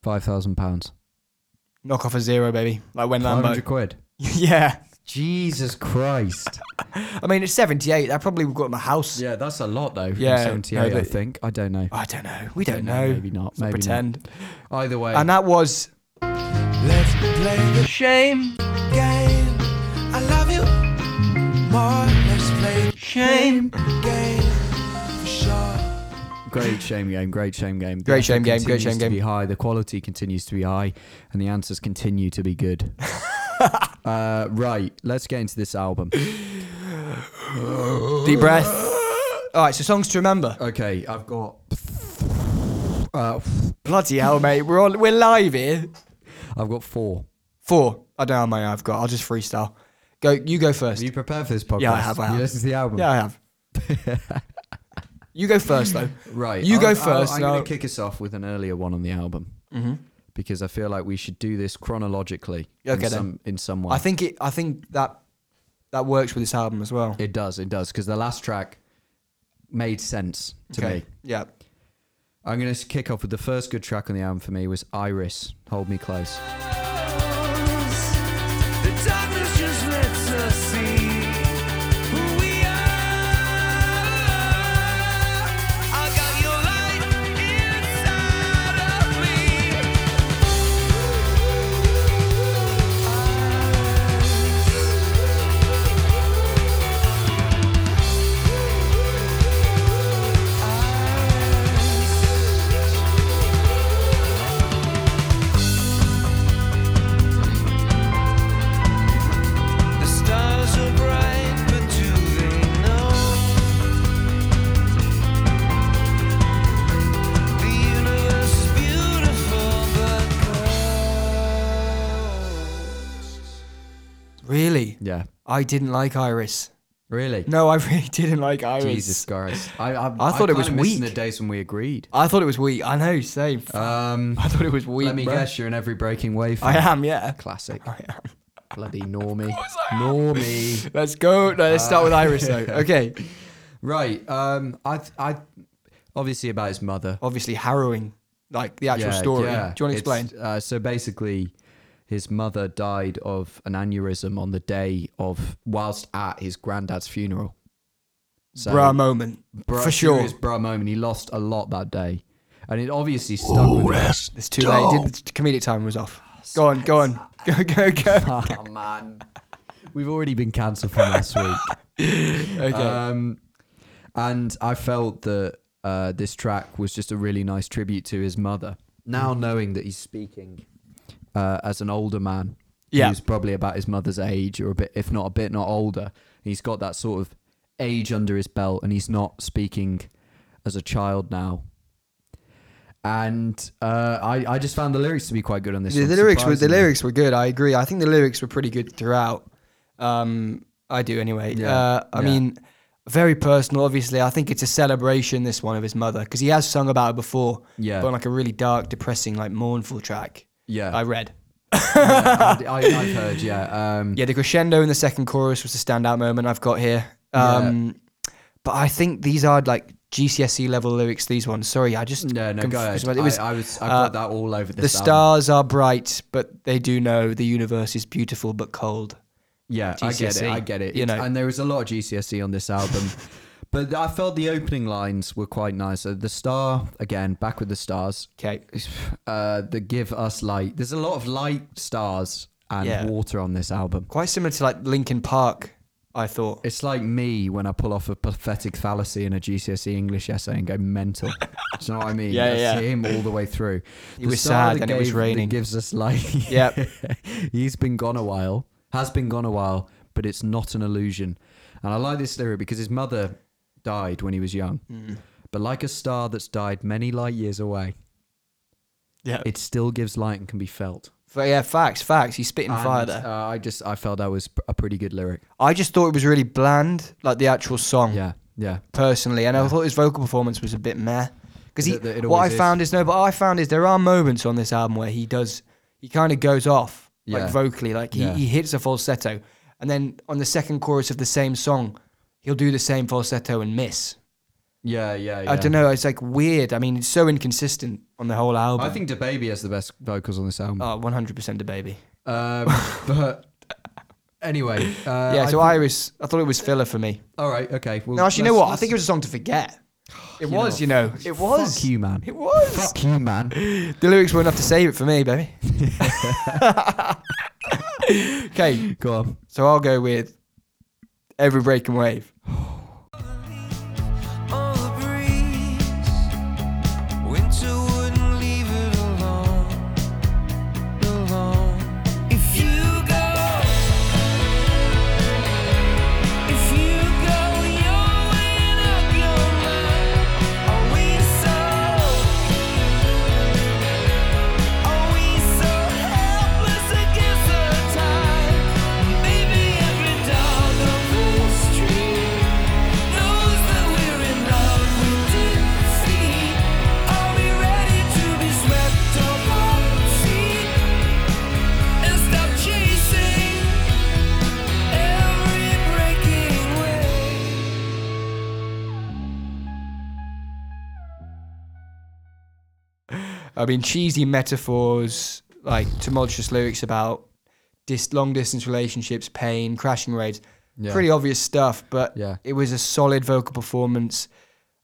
Speaker 2: five thousand pounds,
Speaker 1: Knock off a zero, baby. Like when
Speaker 2: five hundred
Speaker 1: Lambo.
Speaker 2: quid.
Speaker 1: yeah.
Speaker 2: Jesus Christ!
Speaker 1: I mean, it's 78. That probably got them a house.
Speaker 2: yeah, that's a lot though.
Speaker 1: Yeah, no,
Speaker 2: Yeah, seventy-eight. I
Speaker 1: but-
Speaker 2: think I don't know.
Speaker 1: I don't know. We don't
Speaker 2: Don't know,
Speaker 1: know.
Speaker 2: maybe
Speaker 1: Let's
Speaker 2: not,
Speaker 1: not
Speaker 2: maybe not.
Speaker 1: pretend.
Speaker 2: Either way,
Speaker 1: And that was
Speaker 4: Let's play the shame game. I love you more. Let's play the shame game for sure.
Speaker 2: Great shame game. Great shame game. The
Speaker 1: Great
Speaker 2: effort
Speaker 1: shame game, great
Speaker 2: continues
Speaker 1: shame
Speaker 2: to
Speaker 1: game.
Speaker 2: Be high. The quality continues to be high, and the answers continue to be good. uh, right. Let's get into this album.
Speaker 1: Deep breath. All right, so songs to remember.
Speaker 2: Okay, I've got. Uh,
Speaker 1: Bloody hell, mate. We're on, we're live here.
Speaker 2: I've got four.
Speaker 1: Four. I don't know how many I've got. I'll just freestyle. Go. You go
Speaker 2: Have
Speaker 1: first.
Speaker 2: you prepared for this podcast?
Speaker 1: Yeah, I have, I have.
Speaker 2: You listen to the album.
Speaker 1: Yeah, I have. you go first though.
Speaker 2: Right.
Speaker 1: You
Speaker 2: I'll-
Speaker 1: go
Speaker 2: I'll-
Speaker 1: 1st
Speaker 2: I'm
Speaker 1: no.
Speaker 2: going to kick us off with an earlier one on the album
Speaker 1: Mm-hmm.
Speaker 2: because I feel like we should do this chronologically.
Speaker 1: Okay,
Speaker 2: in
Speaker 1: then.
Speaker 2: some, in some way.
Speaker 1: I think it. I think that that works with this album as well.
Speaker 2: it does. It does because the last track made sense to me.
Speaker 1: Yeah.
Speaker 2: I'm going to kick off with the first good track on the album for me was Iris. Hold me close.
Speaker 4: The darkness just lets us see who we are. I got your light inside of me. The stars are bright, but do they know? The universe is beautiful, but cold.
Speaker 1: Really?
Speaker 2: Yeah.
Speaker 1: I didn't like Iris.
Speaker 2: Really?
Speaker 1: No, I really didn't like Iris.
Speaker 2: Jesus Christ. I, I,
Speaker 1: I thought it
Speaker 2: kinda
Speaker 1: was
Speaker 2: missing
Speaker 1: weak.
Speaker 2: the days when we agreed.
Speaker 1: I thought it was weak. I know, same.
Speaker 2: Um,
Speaker 1: I thought it was weak.
Speaker 2: let me
Speaker 1: bruh.
Speaker 2: guess, you're an every breaking wave.
Speaker 1: I
Speaker 2: fan.
Speaker 1: am, yeah.
Speaker 2: Classic.
Speaker 1: I am.
Speaker 2: Bloody normie. Normie.
Speaker 1: Let's go. No, let's start
Speaker 2: Uh,
Speaker 1: with Iris though. Okay.
Speaker 2: Right. Um, I, th- I, obviously about his mother.
Speaker 1: Obviously harrowing, like the actual story. Do you want to
Speaker 2: It's-
Speaker 1: explain?
Speaker 2: Uh, so basically, his mother died of an aneurysm on the day of, whilst at his granddad's funeral. So,
Speaker 1: Bruh moment.
Speaker 2: bruh-
Speaker 1: for sure.
Speaker 2: serious bruh moment. He lost a lot that day, and it obviously stuck with him.
Speaker 1: It's too late. Did, the comedic time was off. Go on, go on. Go, go, go.
Speaker 2: Oh man, we've already been cancelled from last week.
Speaker 1: Okay.
Speaker 2: Um, and I felt that uh, this track was just a really nice tribute to his mother.
Speaker 1: Mm.
Speaker 2: Now knowing that he's speaking uh, as an older man,
Speaker 1: Yeah.
Speaker 2: who's probably about his mother's age or a bit, if not a bit, not older. He's got that sort of age under his belt, and he's not speaking as a child now. And uh, I, I just found the lyrics to be quite good on this.
Speaker 1: the,
Speaker 2: one,
Speaker 1: the lyrics were the
Speaker 2: surprisingly.
Speaker 1: lyrics were good. I agree. I think the lyrics were pretty good throughout. Um, I do anyway.
Speaker 2: Yeah,
Speaker 1: Uh, I
Speaker 2: yeah.
Speaker 1: mean, very personal. Obviously, I think it's a celebration this one of his mother because he has sung about it before.
Speaker 2: Yeah.
Speaker 1: but on, like a really dark, depressing, like mournful track.
Speaker 2: Yeah,
Speaker 1: I read.
Speaker 2: yeah, I, I, I've heard. Yeah, um,
Speaker 1: Yeah, the crescendo in the second chorus was the standout moment I've got here. Um, But I think these are like GCSE E level lyrics. These ones. Sorry, I just
Speaker 2: No, no,
Speaker 1: conf-
Speaker 2: go ahead.
Speaker 1: It was
Speaker 2: I, I was, I
Speaker 1: uh,
Speaker 2: got that all over
Speaker 1: the
Speaker 2: this album.
Speaker 1: stars are bright, but they do know the universe is beautiful but cold.
Speaker 2: Yeah, I get it.
Speaker 1: GCSE,
Speaker 2: I get it.
Speaker 1: E. you
Speaker 2: It's-
Speaker 1: know.
Speaker 2: and there was a lot of GCSE E on this album, but I felt the opening lines were quite nice. So the star again, back with the stars.
Speaker 1: Okay.
Speaker 2: Uh, the give us light. There's a lot of light, stars, and
Speaker 1: Yeah.
Speaker 2: water on this album.
Speaker 1: Quite similar to like Linkin Park, I thought.
Speaker 2: It's like me when I pull off a pathetic fallacy in a GCSE E English essay and go mental. Do you know what I mean?
Speaker 1: Yeah,
Speaker 2: That's
Speaker 1: yeah.
Speaker 2: him all the way through. He
Speaker 1: was sad and it was raining.
Speaker 2: gives us light.
Speaker 1: Yep.
Speaker 2: He's been gone a while, has been gone a while, but it's not an illusion. And I like this lyric because his mother died when he was young.
Speaker 1: Mm.
Speaker 2: But like a star that's died many light years away,
Speaker 1: Yeah.
Speaker 2: it still gives light and can be felt.
Speaker 1: But yeah, facts, facts. He's spitting
Speaker 2: And,
Speaker 1: fire there.
Speaker 2: uh, I just I felt that was p- a pretty good lyric.
Speaker 1: I just thought it was really bland, like the actual song,
Speaker 2: Yeah, yeah.
Speaker 1: personally. And I thought his vocal performance was a bit meh. Because he,
Speaker 2: It- it
Speaker 1: what I
Speaker 2: always is.
Speaker 1: found is no, but I found is there are moments on this album where he does, he kind of goes off
Speaker 2: Yeah.
Speaker 1: like vocally, like he,
Speaker 2: Yeah.
Speaker 1: he hits a falsetto, and then on the second chorus of the same song, he'll do the same falsetto and miss.
Speaker 2: Yeah, yeah,
Speaker 1: I don't know. It's like weird. I mean, it's so inconsistent on the whole album.
Speaker 2: I think DaBaby has the best vocals on this album.
Speaker 1: oh, 100% the baby.
Speaker 2: Um, but anyway, uh,
Speaker 1: Yeah,
Speaker 2: I
Speaker 1: so
Speaker 2: thi-
Speaker 1: Iris, I thought it was filler for me.
Speaker 2: all right, okay. Well,
Speaker 1: No, actually, you know
Speaker 2: let's-
Speaker 1: what? I think it was a song to forget. It
Speaker 2: You
Speaker 1: was,
Speaker 2: know,
Speaker 1: you know, it was.
Speaker 2: Fuck you, man.
Speaker 1: It was.
Speaker 2: Fuck you, man.
Speaker 1: The lyrics were enough to save it for me, baby. okay,
Speaker 2: Go on.
Speaker 1: so I'll go with every breaking wave.
Speaker 4: All the breeze,
Speaker 1: I mean, cheesy metaphors, like tumultuous lyrics about dis- long distance relationships, pain, crashing raids.
Speaker 2: Yeah.
Speaker 1: Pretty obvious stuff, but
Speaker 2: Yeah.
Speaker 1: it was a solid vocal performance.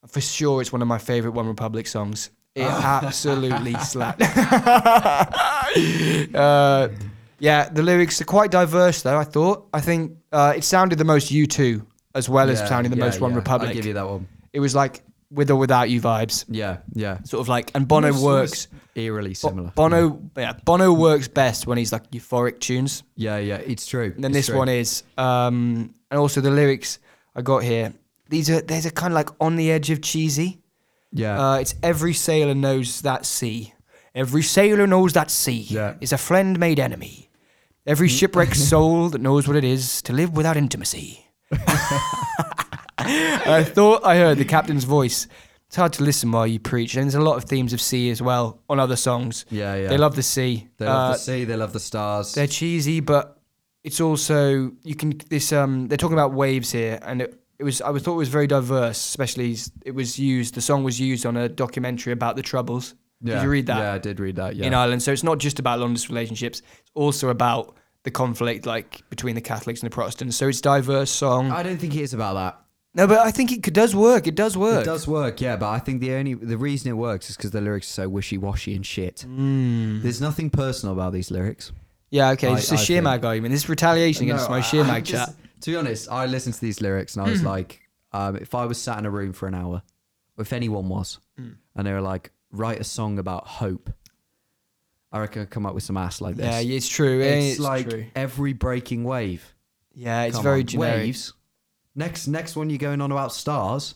Speaker 1: For sure, it's one of my favorite One Republic songs. It
Speaker 2: Oh.
Speaker 1: absolutely slapped. uh, yeah, the lyrics are quite diverse, though. I thought. I think uh, it sounded the most U2 as well as
Speaker 2: Yeah,
Speaker 1: sounding the
Speaker 2: yeah,
Speaker 1: most One
Speaker 2: yeah.
Speaker 1: Republic.
Speaker 2: I give you that one.
Speaker 1: It was like with or without you vibes.
Speaker 2: Yeah, yeah.
Speaker 1: Sort of like, and Bono
Speaker 2: Almost-
Speaker 1: works.
Speaker 2: Eerily
Speaker 1: Bo-
Speaker 2: similar.
Speaker 1: Bono, yeah. Bono works best when he's like euphoric tunes.
Speaker 2: Yeah, yeah. It's true.
Speaker 1: And then
Speaker 2: It's
Speaker 1: this
Speaker 2: true.
Speaker 1: one is, um, and also the lyrics I got here. These are there's a kind of like on the edge of cheesy.
Speaker 2: Yeah.
Speaker 1: Uh, it's every sailor knows that sea. Every sailor knows that sea
Speaker 2: Yeah. Mm.
Speaker 1: is a friend made enemy. Every shipwrecked soul that knows what it is to live without intimacy. I thought I heard the captain's voice. It's hard to listen while you preach, and there's a lot of themes of sea as well on other songs.
Speaker 2: yeah, yeah.
Speaker 1: They love the sea.
Speaker 2: They love
Speaker 1: Uh,
Speaker 2: the sea. They love the stars.
Speaker 1: they're cheesy, but it's also you can this um they're talking about waves here, and it, it was I was thought it was very diverse, especially s- it was used the song was used on a documentary about the Troubles. Did
Speaker 2: Yeah,
Speaker 1: you read that
Speaker 2: Yeah, I did read that. Yeah.
Speaker 1: in Ireland? So it's not just about long distance relationships; it's also about the conflict like between the Catholics and the Protestants. So it's diverse song.
Speaker 2: I don't think it is about that.
Speaker 1: no, but I think it could, does work. It does work.
Speaker 2: It does work, yeah, but I think the only the reason it works is because the lyrics are so wishy washy and shit.
Speaker 1: Hmm.
Speaker 2: There's nothing personal about these lyrics.
Speaker 1: Yeah, okay.
Speaker 2: I-
Speaker 1: It's a
Speaker 2: I
Speaker 1: sheer
Speaker 2: think-
Speaker 1: mag argument. This is retaliation against
Speaker 2: No,
Speaker 1: my
Speaker 2: I-
Speaker 1: sheer
Speaker 2: I'm
Speaker 1: mag
Speaker 2: just-
Speaker 1: chat.
Speaker 2: To be honest, I listened to these lyrics and I
Speaker 1: Hmm.
Speaker 2: was like, um, if I was sat in a room for an hour, or if anyone was,
Speaker 1: Hmm.
Speaker 2: and they were like, write a song about hope, I reckon I'd come up with some ass like this.
Speaker 1: Yeah, it's true.
Speaker 2: it's,
Speaker 1: It's,
Speaker 2: like
Speaker 1: true.
Speaker 2: every breaking wave.
Speaker 1: yeah, it's
Speaker 2: Come
Speaker 1: very
Speaker 2: on,
Speaker 1: generic.
Speaker 2: Waves. Next, next one you're going on about stars.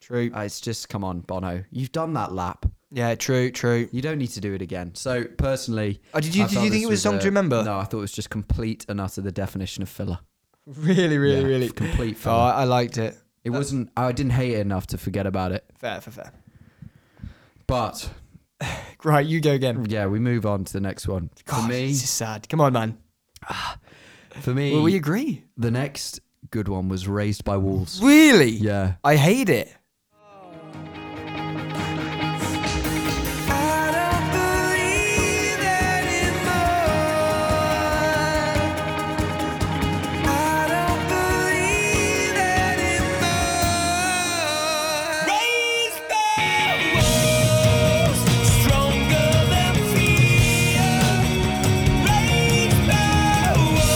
Speaker 1: True.
Speaker 2: Uh, it's just come on, Bono. You've done that lap.
Speaker 1: Yeah, true, true.
Speaker 2: You don't need to do it again. So personally,
Speaker 1: Oh, did you-
Speaker 2: I
Speaker 1: did
Speaker 2: felt
Speaker 1: you think
Speaker 2: this
Speaker 1: it was Song to Remember?
Speaker 2: No, I thought it was just complete and utter the definition of filler.
Speaker 1: Really, really,
Speaker 2: Yeah,
Speaker 1: really.
Speaker 2: complete
Speaker 1: Oh,
Speaker 2: filler.
Speaker 1: I I liked it.
Speaker 2: it wasn't. I didn't hate it enough to forget about it.
Speaker 1: Fair, fair, fair.
Speaker 2: But
Speaker 1: Right, you go again.
Speaker 2: yeah, we move on to the next one.
Speaker 1: God,
Speaker 2: for me,
Speaker 1: this is sad. Come on, man.
Speaker 2: for me,
Speaker 1: Well, we agree.
Speaker 2: the next good one was Raised by Wolves.
Speaker 1: Really?
Speaker 2: Yeah,
Speaker 1: I hate it.
Speaker 4: I don't believe anymore. I don't believe anymore. Raised by wolves, stronger than fear. Raised by wolves,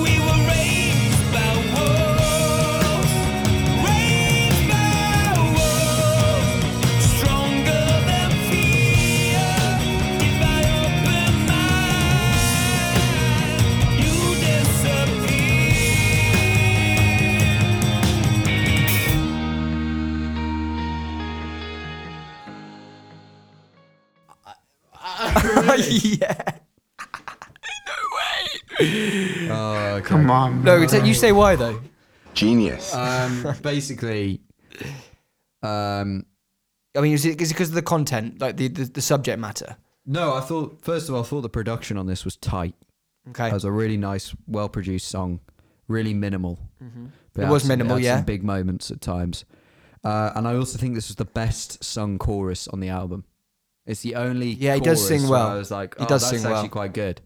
Speaker 4: we were raised by wolves. Raised by wolves. Stronger than fear. If I open mine, you disappear.
Speaker 1: yeah.
Speaker 3: Come on.
Speaker 1: No, it's, you say why though.
Speaker 5: Genius.
Speaker 2: um, basically, um,
Speaker 1: I mean, is it, is it because of the content, like the, the, the subject matter?
Speaker 2: no, I thought first of all, I thought the production on this was tight.
Speaker 1: Okay.
Speaker 2: That was a really nice, well produced song. Really minimal. But
Speaker 1: It
Speaker 2: had
Speaker 1: was
Speaker 2: some-
Speaker 1: minimal,
Speaker 2: had
Speaker 1: yeah.
Speaker 2: Some big moments at times. Uh, and I also think this was the best sung chorus on the album. It's the only
Speaker 1: Yeah, he does
Speaker 2: chorus
Speaker 1: sing
Speaker 2: where
Speaker 1: well.
Speaker 2: I was like,
Speaker 1: He
Speaker 2: oh,
Speaker 1: does
Speaker 2: that's
Speaker 1: sing
Speaker 2: actually
Speaker 1: well.
Speaker 2: quite good.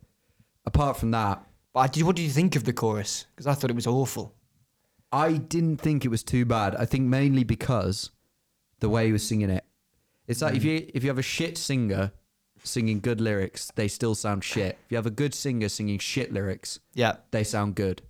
Speaker 2: Apart from that,
Speaker 1: But I did, what do you think of the chorus? Because I thought it was awful.
Speaker 2: I didn't think it was too bad. I think mainly because the way he was singing it. It's like if
Speaker 1: Mm.
Speaker 2: you if you have a shit singer singing good lyrics, they still sound shit. If you have a good singer singing shit lyrics,
Speaker 1: Yeah.
Speaker 2: they sound good.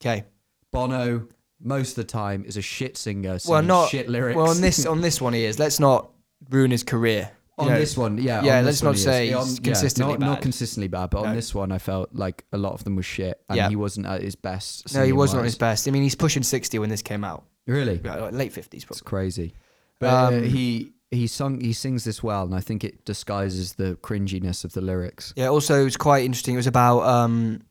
Speaker 1: Okay.
Speaker 2: Bono most of the time is a shit singer.
Speaker 1: Well,
Speaker 2: singing
Speaker 1: not
Speaker 2: shit lyrics.
Speaker 1: Well, on this on this one he is. Let's not ruin his career. You
Speaker 2: on
Speaker 1: know,
Speaker 2: this one, yeah,
Speaker 1: Yeah,
Speaker 2: on
Speaker 1: let's
Speaker 2: this
Speaker 1: not
Speaker 2: one he is.
Speaker 1: say
Speaker 2: Yeah, on-
Speaker 1: he's
Speaker 2: yeah,
Speaker 1: consistently
Speaker 2: not, not
Speaker 1: bad.
Speaker 2: consistently bad, but
Speaker 1: No.
Speaker 2: on this one, I felt like a lot of them were shit, and
Speaker 1: Yeah.
Speaker 2: he wasn't at his best.
Speaker 1: No, he
Speaker 2: singing
Speaker 1: wasn't on
Speaker 2: wise.
Speaker 1: his best. I mean, he's pushing sixty when this came out.
Speaker 2: Really,
Speaker 1: Yeah, like late fifties, probably.
Speaker 2: it's crazy. But uh,
Speaker 1: Um,
Speaker 2: he he sung he sings this well, and I think it disguises the cringiness of the lyrics.
Speaker 1: Yeah. Also, it was quite interesting. It was about um,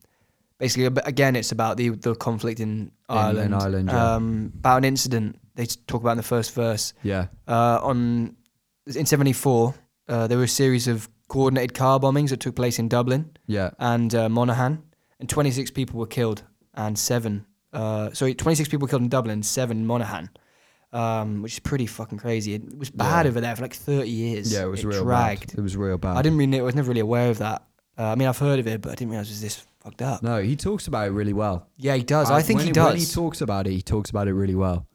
Speaker 1: basically ab- again, it's about the the conflict in Ireland.
Speaker 2: Ireland, yeah.
Speaker 1: Um, about an incident they s- talk about in the first verse.
Speaker 2: Yeah,
Speaker 1: Uh, on in '74, uh, there were a series of coordinated car bombings that took place in Dublin
Speaker 2: yeah,
Speaker 1: and uh, Monaghan, and 26 people were killed and seven. Uh, sorry, 26 people were killed in Dublin, seven in Monaghan. um, which is pretty fucking crazy. It was bad over there for like 30 years.
Speaker 2: Yeah, it was real
Speaker 1: dragged.
Speaker 2: bad. It was real bad.
Speaker 1: I didn't really. I was never really aware of that. Uh, I mean, I've heard of it, but I didn't realize it was this fucked up.
Speaker 2: No, he talks about it really well.
Speaker 1: Yeah, he does. I, think
Speaker 2: when
Speaker 1: he
Speaker 2: When he Mm.
Speaker 1: does.
Speaker 2: talks about it, he talks about it really well.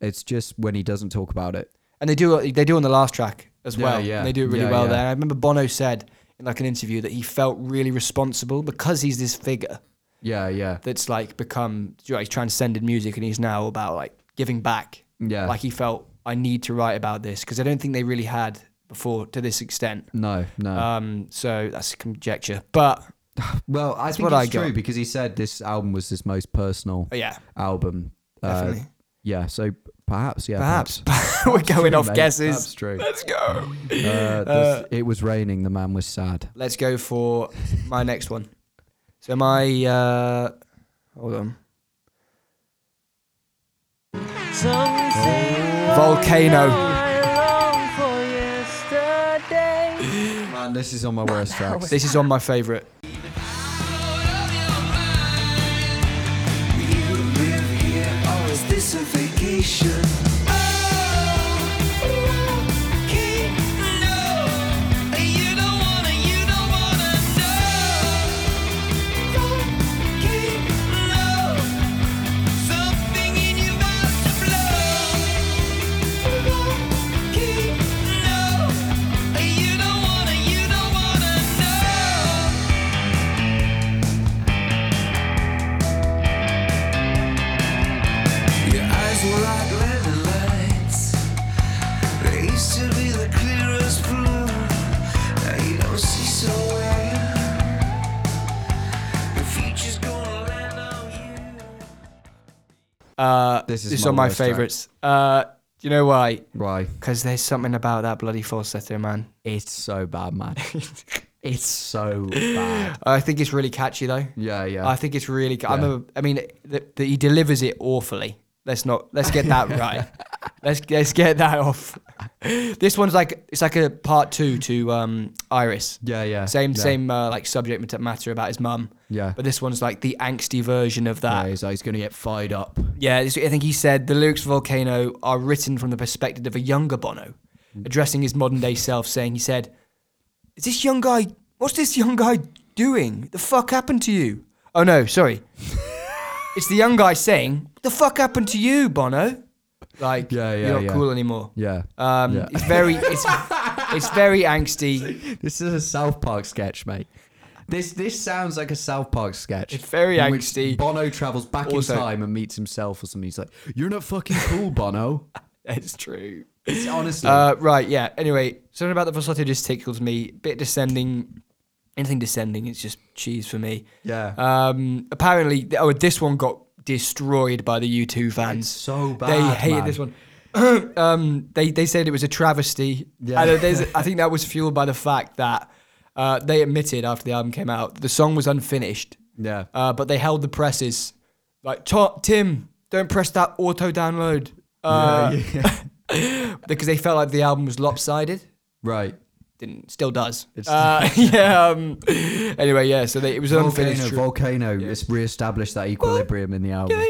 Speaker 2: It's just when he doesn't talk about it.
Speaker 1: and they do. They do on the last track as
Speaker 2: Yeah,
Speaker 1: well.
Speaker 2: yeah.
Speaker 1: And they do it really
Speaker 2: Yeah,
Speaker 1: well
Speaker 2: yeah.
Speaker 1: there. And I remember Bono said in like an interview that he felt really responsible because he's this figure
Speaker 2: Yeah, yeah,
Speaker 1: that's like become you know, he's transcended music and he's now about like giving back.
Speaker 2: yeah.
Speaker 1: Like he felt I need to write about this because I don't think they really had before to this extent.
Speaker 2: no, no.
Speaker 1: Um, so that's conjecture, but
Speaker 2: well, I Oh, think
Speaker 1: what I
Speaker 2: it's true
Speaker 1: got.
Speaker 2: because he said this album was his most personal
Speaker 1: uh, yeah,
Speaker 2: album. Uh,
Speaker 1: definitely,
Speaker 2: yeah, so perhaps, yeah,
Speaker 1: perhaps we're going
Speaker 2: True,
Speaker 1: off
Speaker 2: mate. That's
Speaker 1: guesses.
Speaker 2: true.
Speaker 1: Let's go.
Speaker 2: Uh, this- it was raining. The man was sad.
Speaker 1: Let's go for my next one. So my uh, hold on, volcano.
Speaker 2: Man, this is on my worst tracks.
Speaker 1: This is on my favorite.
Speaker 4: Your eyes were like red lights. They used to be the clearest blue. Now you don't see so well. The future's gonna land on you.
Speaker 1: Uh,
Speaker 2: This is
Speaker 1: this is
Speaker 2: my
Speaker 1: on my
Speaker 2: worst track.
Speaker 1: favorites. Uh, you know why?
Speaker 2: Why?
Speaker 1: Because there's something about that bloody falsetto, man.
Speaker 2: It's so bad, man. it's so bad.
Speaker 1: I think it's really catchy though.
Speaker 2: Yeah, yeah.
Speaker 1: I think it's really. I
Speaker 2: Yeah.
Speaker 1: remember. I mean, th- th- he delivers it awfully. Let's not. Let's get that right. Let's let's get that off. This one's like it's like a part two to um, Iris.
Speaker 2: yeah, yeah.
Speaker 1: Same
Speaker 2: yeah.
Speaker 1: same uh, like subject mat- matter about his mum.
Speaker 2: Yeah.
Speaker 1: But this one's like the angsty version of
Speaker 2: Yeah,
Speaker 1: that.
Speaker 2: he's, he's gonna get fired up.
Speaker 1: Yeah, this, I think he said the lyrics for Volcano are written from the perspective of a younger Bono,
Speaker 2: Mm.
Speaker 1: addressing his modern day self, saying, he said, Is this young guy, what's this young guy doing? The fuck happened to you? Oh no, sorry. it's the young guy saying, The fuck happened to you, Bono? Like,
Speaker 2: Yeah, yeah,
Speaker 1: you're not
Speaker 2: yeah.
Speaker 1: cool anymore.
Speaker 2: Yeah.
Speaker 1: Um,
Speaker 2: Yeah.
Speaker 1: It's very, it's, it's very angsty.
Speaker 2: This is a South Park sketch, mate. This this sounds like a South Park sketch.
Speaker 1: It's very
Speaker 2: in which
Speaker 1: angsty.
Speaker 2: Bono travels back
Speaker 1: Also-
Speaker 2: in time and meets himself or something. He's like, "You're not fucking cool, Bono."
Speaker 1: That's true.
Speaker 2: It's honestly,
Speaker 1: Uh, right, yeah. Anyway, something about the falsetto just tickles me. Bit descending. Anything descending, it's just cheese for me.
Speaker 2: yeah,
Speaker 1: Um, apparently, th- oh, this one got destroyed by the U2
Speaker 2: it's
Speaker 1: fans.
Speaker 2: so bad.
Speaker 1: they hated
Speaker 2: man.
Speaker 1: this one. um, they they said it was a travesty.
Speaker 2: Yeah.
Speaker 1: And uh, there's- I think that was fueled by the fact that uh, they admitted after the album came out the song was unfinished,
Speaker 2: Yeah,
Speaker 1: uh, but they held the presses like "To- Tim, don't press that auto download uh, because they felt like the album was lopsided
Speaker 2: right.
Speaker 1: didn't still does. Uh, yeah. Um, anyway, yeah. So they, it was an
Speaker 2: Volcano,
Speaker 1: unfinished. tr-
Speaker 2: volcano. It's reestablished that equilibrium in the album.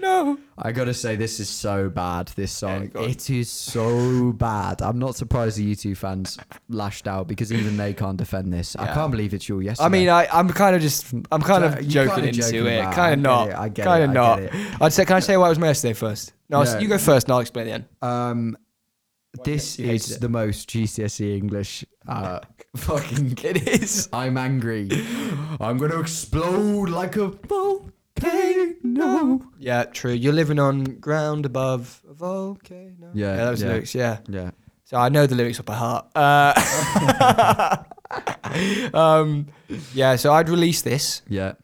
Speaker 1: no.
Speaker 2: I gotta say, this is so bad. This song,
Speaker 1: go on.
Speaker 2: it is so bad. I'm not surprised the U2 fans lashed out because even they can't defend this. I can't believe it's your yesterday.
Speaker 1: I mean, I, I'm kind of just, I'm kind
Speaker 2: You're
Speaker 1: of joking
Speaker 2: kinda
Speaker 1: into
Speaker 2: joking
Speaker 1: it.
Speaker 2: about it.
Speaker 1: Kind
Speaker 2: I
Speaker 1: of
Speaker 2: get
Speaker 1: not.
Speaker 2: it, I get
Speaker 1: kind
Speaker 2: it,
Speaker 1: of
Speaker 2: I
Speaker 1: not.
Speaker 2: get
Speaker 1: I'd say, can I say why it was my yesterday first? No, I'll s-
Speaker 2: No.
Speaker 1: you go first, and I'll explain at the end.
Speaker 2: Um, this
Speaker 1: you hated
Speaker 2: is the most GCSE E English. Uh, fucking.
Speaker 1: It is.
Speaker 2: I'm angry. I'm gonna explode like a volcano.
Speaker 1: Yeah, true. You're living on ground above a volcano.
Speaker 2: Yeah,
Speaker 1: that was the
Speaker 2: yeah.
Speaker 1: lyrics. Yeah.
Speaker 2: Yeah.
Speaker 1: So I know the lyrics off by heart. Uh, um, yeah. So I'd release this
Speaker 2: Yeah.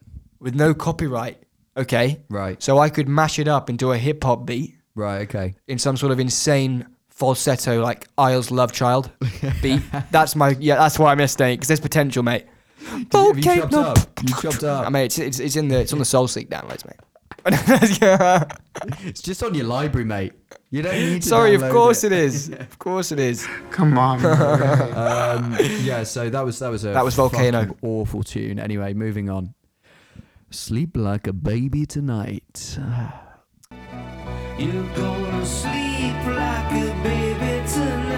Speaker 1: with no copyright. Okay.
Speaker 2: Right.
Speaker 1: So I could mash it up into a hip hop beat.
Speaker 2: Right. Okay.
Speaker 1: in some sort of insane falsetto, like Isles Love Child beat. That's my yeah. That's why I'm yesterday because there's potential, mate.
Speaker 2: Have you chopped
Speaker 1: Volcano.
Speaker 2: up? You chopped
Speaker 1: I
Speaker 2: up.
Speaker 1: mean, it's, it's it's in the it's on the Soul Seek downloads, mate. Yeah.
Speaker 2: It's just on your library, mate. You don't need. To
Speaker 1: Sorry, of
Speaker 2: download
Speaker 1: course it is. Of course it is.
Speaker 3: Come on. bro.
Speaker 2: Um, yeah, so that was that was a
Speaker 1: That was Volcano.
Speaker 2: fucking awful tune. Anyway, moving on. Sleep like a baby tonight.
Speaker 4: You're gonna sleep like a baby tonight.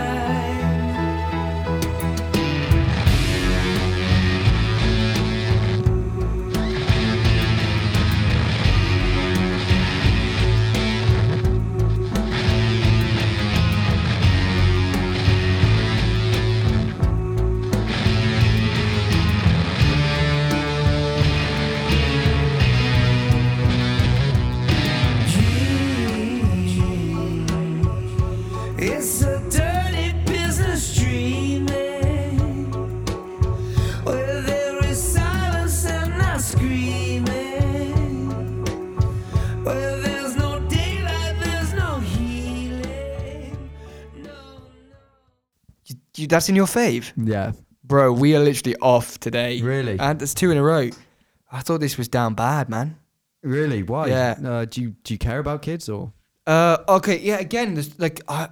Speaker 4: It's a dirty business dreaming where there is silence and not screaming. Where there's no daylight, there's no healing. No.
Speaker 1: You, you, that's in your fave,
Speaker 2: Yeah.
Speaker 1: bro. We are literally off today.
Speaker 2: Really?
Speaker 1: And it's two in a row. I thought this was down bad, man.
Speaker 2: Really? Why?
Speaker 1: Yeah.
Speaker 2: Uh, do you do you care about kids or?
Speaker 1: Uh, okay, yeah. Again, there's, like I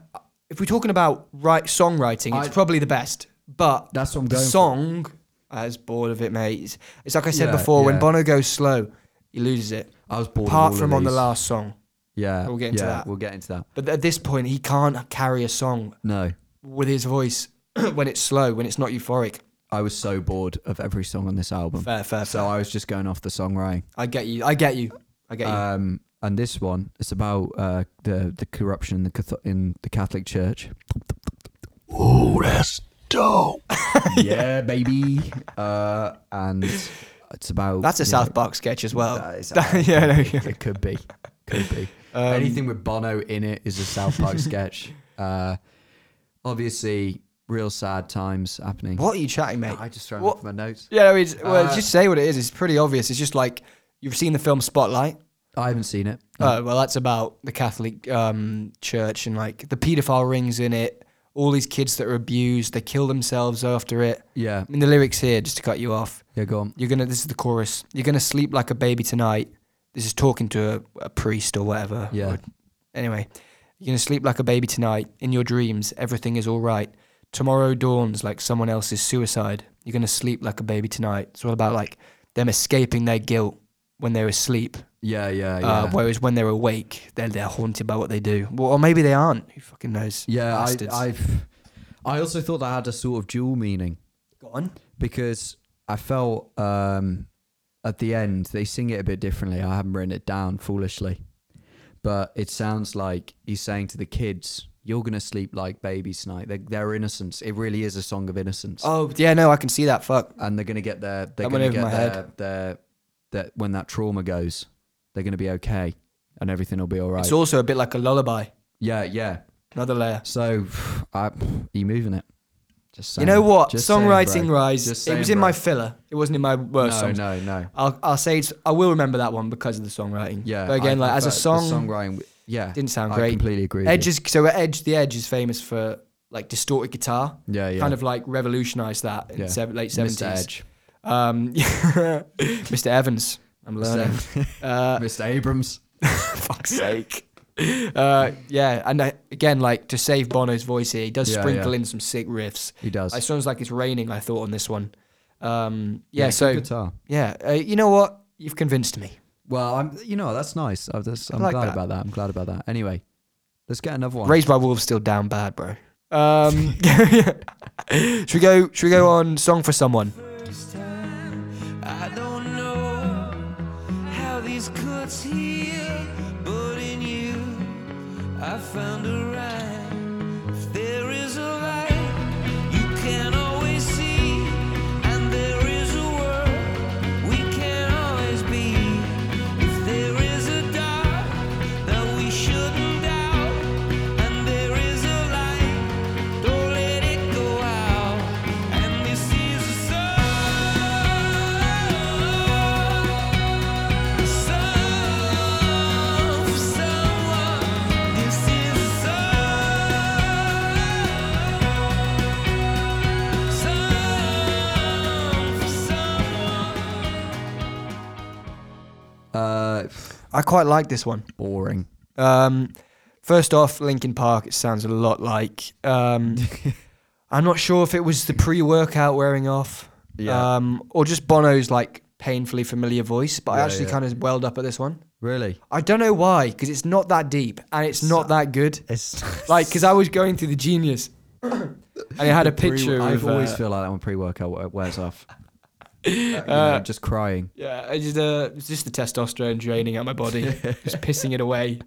Speaker 1: if we're talking about right songwriting, it's
Speaker 2: I-
Speaker 1: probably the best. But
Speaker 2: That's what I'm
Speaker 1: the
Speaker 2: going for.
Speaker 1: song, I was bored of it, mate. It's, it's like I said
Speaker 2: Yeah,
Speaker 1: before. When
Speaker 2: yeah.
Speaker 1: Bono goes slow, he loses it.
Speaker 2: I was bored. of all
Speaker 1: Apart
Speaker 2: of
Speaker 1: from on the
Speaker 2: these.
Speaker 1: last song,
Speaker 2: Yeah.
Speaker 1: We'll get into
Speaker 2: yeah,
Speaker 1: that.
Speaker 2: We'll get into that.
Speaker 1: but at this point, he can't carry a song
Speaker 2: No,
Speaker 1: with his voice when it's slow, when it's not euphoric.
Speaker 2: I was so bored of every song on this album.
Speaker 1: Fair, fair, fair.
Speaker 2: So I was just going off the songwriting.
Speaker 1: I get you. I get you. I get you.
Speaker 2: Um, and this one, it's about uh, the the corruption in the Catho- in the Catholic Church.
Speaker 5: Oh, that's dope.
Speaker 2: yeah, baby. Uh, and it's about
Speaker 1: That's a
Speaker 2: you know,
Speaker 1: South Park sketch as well.
Speaker 2: That is-
Speaker 1: yeah, no, yeah.
Speaker 2: it could be, could be.
Speaker 1: Um,
Speaker 2: Anything with Bono in it is a South Park sketch. Uh, obviously, real sad times happening.
Speaker 1: What are you chatting, mate?
Speaker 2: I just thrown
Speaker 1: What-
Speaker 2: off my notes.
Speaker 1: Yeah, I mean, it's- well,
Speaker 2: Uh,
Speaker 1: just say what it is. It's pretty obvious. It's just like you've seen the film Spotlight.
Speaker 2: I haven't seen it.
Speaker 1: Oh, well, that's about the Catholic um, Church and like the paedophile rings in it. All these kids that are abused, they kill themselves after it.
Speaker 2: Yeah,
Speaker 1: I mean, the lyrics here, just to cut you off.
Speaker 2: yeah, go on.
Speaker 1: You're gonna. This is the chorus. You're gonna sleep like a baby tonight. This is talking to a, a priest or whatever.
Speaker 2: Yeah.
Speaker 1: Anyway, you're gonna sleep like a baby tonight. In your dreams, everything is all right. Tomorrow dawns like someone else's suicide. You're gonna sleep like a baby tonight. It's all about like them escaping their guilt when they're asleep.
Speaker 2: Yeah, yeah, yeah.
Speaker 1: Uh, whereas when they're awake, they're they're haunted by what they do. Well, or maybe they aren't. Who fucking knows?
Speaker 2: yeah, I,
Speaker 1: Bastards.
Speaker 2: I've. I also thought that had a sort of dual meaning.
Speaker 1: Go on.
Speaker 2: because I felt um, at the end they sing it a bit differently. I haven't written it down foolishly, but it sounds like he's saying to the kids, "You're gonna sleep like babies tonight." They're, they're innocence. It really is a song of innocence,
Speaker 1: Oh yeah, no, I can see that. Fuck.
Speaker 2: and they're gonna get their they're
Speaker 1: That went
Speaker 2: gonna
Speaker 1: over
Speaker 2: get
Speaker 1: my
Speaker 2: their,
Speaker 1: head.
Speaker 2: their that when that trauma goes, they're gonna be okay, and everything will be all right.
Speaker 1: It's also a bit like a lullaby.
Speaker 2: yeah, yeah.
Speaker 1: Another layer.
Speaker 2: So, I, are you moving it? Just
Speaker 1: you know
Speaker 2: saying.
Speaker 1: what?
Speaker 2: Just saying, bro.
Speaker 1: Songwriting rise.
Speaker 2: Just
Speaker 1: it was
Speaker 2: saying,
Speaker 1: in my
Speaker 2: bro.
Speaker 1: filler. It wasn't in my worst
Speaker 2: No,
Speaker 1: songs.
Speaker 2: no, no.
Speaker 1: I'll, I'll say it's, I will remember that one because of the songwriting.
Speaker 2: Yeah.
Speaker 1: But again,
Speaker 2: I-
Speaker 1: like as a
Speaker 2: but the
Speaker 1: song,
Speaker 2: songwriting, yeah,
Speaker 1: didn't sound
Speaker 2: I
Speaker 1: great.
Speaker 2: completely agree. with
Speaker 1: Edge
Speaker 2: you.
Speaker 1: is so Edge. The Edge is famous for like distorted guitar.
Speaker 2: Yeah, yeah.
Speaker 1: Kind of like revolutionized that in
Speaker 2: Yeah.
Speaker 1: sev- late seventies.
Speaker 2: Mr. Edge,
Speaker 1: Um, Mr. Evans. I'm learning. Uh,
Speaker 2: Mr. Abrams.
Speaker 1: fuck's sake. Uh, yeah, and I, again, like to save Bono's voice here, he does
Speaker 2: Yeah,
Speaker 1: sprinkle
Speaker 2: yeah.
Speaker 1: in some sick riffs.
Speaker 2: He does.
Speaker 1: It sounds like it's raining. I thought on this one. Um, yeah,
Speaker 2: good
Speaker 1: so
Speaker 2: guitar.
Speaker 1: yeah, uh, you know what? You've convinced me.
Speaker 2: Well, I'm. You know, that's nice. I'm, just, I'm
Speaker 1: like
Speaker 2: glad
Speaker 1: that.
Speaker 2: about that. I'm glad about that. Anyway, let's get another one.
Speaker 1: Raised by Wolves still down bad, bro. Um, should we go? Should we go on song for someone?
Speaker 4: first time. I don't know how these cuts heal, but in you I found a rhyme. If there is a light you can always see, and there is a world we can always be. If there is a dark that we shouldn't doubt, and there is a light. Don't let it go out. And this is a song, song for someone. This is a song, song for someone.
Speaker 2: Uh,
Speaker 1: I quite like this one.
Speaker 2: boring.
Speaker 1: Um, first off, Linkin Park. It sounds a lot like. Um, I'm not sure if it was the pre-workout wearing off,
Speaker 2: Yeah.
Speaker 1: um, or just Bono's like painfully familiar voice. But I
Speaker 2: Yeah,
Speaker 1: actually
Speaker 2: yeah.
Speaker 1: kind of welled up at this one.
Speaker 2: Really?
Speaker 1: I don't know why, because it's not that deep and it's not that good.
Speaker 2: It's
Speaker 1: Like, because I was going through the Genius, and it had a picture.
Speaker 2: I
Speaker 1: of,
Speaker 2: always
Speaker 1: uh,
Speaker 2: feel like that when pre-workout we- wears off. You know,
Speaker 1: Uh,
Speaker 2: just crying.
Speaker 1: Yeah, I just uh, it's just the testosterone draining out my body, just pissing it away.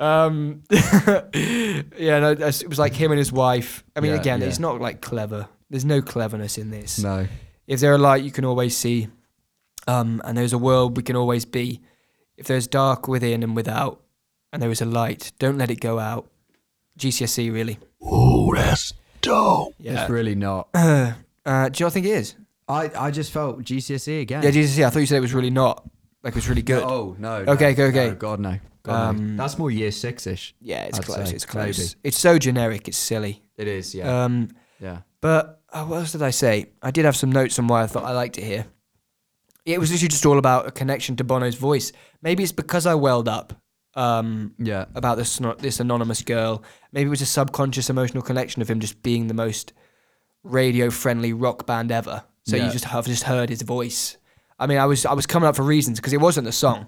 Speaker 1: Um, yeah, no, that's- it was like him and his wife. I mean,
Speaker 2: Yeah,
Speaker 1: again,
Speaker 2: yeah.
Speaker 1: it's not like clever. There's no cleverness in this.
Speaker 2: No.
Speaker 1: If there are light, you can always see, um, and there's a world we can always be. If there's dark within and without, and there is a light, don't let it go out. GCSE E, really.
Speaker 5: Ooh, that's dope.
Speaker 1: Yeah.
Speaker 2: It's really not.
Speaker 1: Uh, uh, do you not think it is?
Speaker 2: I, I just felt GCSE E again.
Speaker 1: Yeah, GCSE. E, I thought you said it was really not. Like it was really good.
Speaker 2: Oh no.
Speaker 1: Okay,
Speaker 2: no,
Speaker 1: okay.
Speaker 2: no, God no. God, no.
Speaker 1: Um,
Speaker 2: That's more year six ish.
Speaker 1: Yeah, it's
Speaker 2: I'd
Speaker 1: close.
Speaker 2: say,
Speaker 1: It's close.
Speaker 2: maybe.
Speaker 1: It's so generic. It's silly.
Speaker 2: It is. Yeah.
Speaker 1: Um,
Speaker 2: yeah.
Speaker 1: but uh, what else did I say? I did have some notes on why I thought I liked it here. It was literally just all about a connection to Bono's voice. Maybe it's because I welled up um,
Speaker 2: Yeah.
Speaker 1: about this ano- this anonymous girl. Maybe it was a subconscious emotional connection of him just being the most radio friendly rock band ever. So
Speaker 2: Yeah.
Speaker 1: you just have just heard his voice. I mean, I was I was coming up for reasons because it wasn't the song.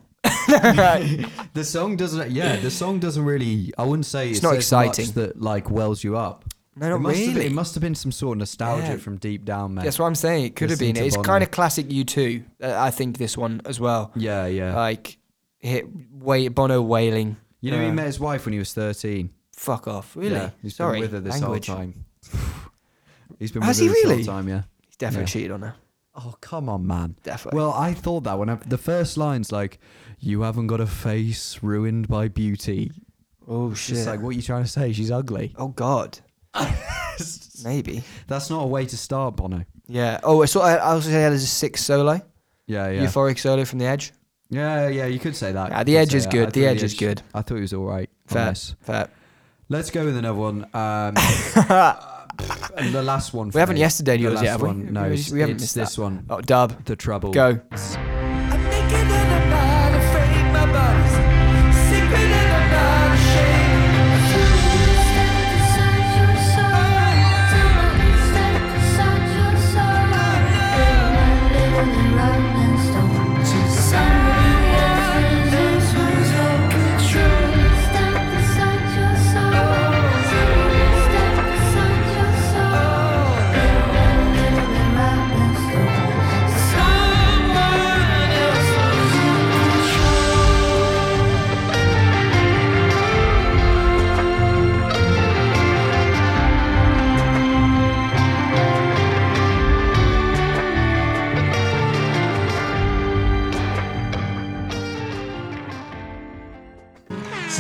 Speaker 2: The song doesn't. Yeah, the song doesn't really. I wouldn't say it's
Speaker 1: not exciting.
Speaker 2: Much that like wells you up.
Speaker 1: No,
Speaker 2: it
Speaker 1: not
Speaker 2: must Have been,
Speaker 1: really.
Speaker 2: it must have been some sort of nostalgia
Speaker 1: Yeah.
Speaker 2: from deep down, man.
Speaker 1: That's what I'm saying. It could have
Speaker 2: Listening
Speaker 1: been.
Speaker 2: to
Speaker 1: It's
Speaker 2: Bono.
Speaker 1: kind of classic U2. uh, I think this one as well.
Speaker 2: yeah, yeah.
Speaker 1: Like hit way, Bono wailing.
Speaker 2: you know, he
Speaker 1: uh,
Speaker 2: met his wife when he was thirteen.
Speaker 1: Fuck off. Really?
Speaker 2: Yeah, he's
Speaker 1: Sorry.
Speaker 2: been with her this
Speaker 1: Language.
Speaker 2: whole time. he's been
Speaker 1: Has
Speaker 2: with her
Speaker 1: he
Speaker 2: this
Speaker 1: really?
Speaker 2: whole time. Yeah.
Speaker 1: He's definitely
Speaker 2: Yeah.
Speaker 1: cheated on her.
Speaker 2: Oh come on, man.
Speaker 1: Definitely.
Speaker 2: Well, I thought that when I, the first lines like, "You haven't got a face ruined by beauty."
Speaker 1: oh
Speaker 2: It's just
Speaker 1: shit.
Speaker 2: like, what are you trying to say? She's ugly.
Speaker 1: oh god. Maybe.
Speaker 2: That's not a way to start, Bono.
Speaker 1: Yeah. Oh, I saw. I I also said there's a six solo,
Speaker 2: Yeah, yeah.
Speaker 1: euphoric solo from the Edge.
Speaker 2: Yeah, yeah, you could say that.
Speaker 1: Yeah,
Speaker 2: You
Speaker 1: the
Speaker 2: could
Speaker 1: edge
Speaker 2: say
Speaker 1: is
Speaker 2: that.
Speaker 1: good.
Speaker 2: I
Speaker 1: The
Speaker 2: thought
Speaker 1: edge is good.
Speaker 2: I thought it was all right.
Speaker 1: Fair.
Speaker 2: Yes.
Speaker 1: Fair.
Speaker 2: Let's go with another one. Um, and the last one. For
Speaker 1: We haven't
Speaker 2: me.
Speaker 1: yesterday
Speaker 2: The
Speaker 1: yours
Speaker 2: last
Speaker 1: yet, have we?
Speaker 2: one. No,
Speaker 1: We
Speaker 2: it's,
Speaker 1: just- we haven't
Speaker 2: it's
Speaker 1: missed
Speaker 2: this
Speaker 1: that.
Speaker 2: one.
Speaker 1: Oh, dub.
Speaker 2: The trouble.
Speaker 1: Go.
Speaker 4: I'm naked and I'm not afraid. My body's secret and I'm not ashamed.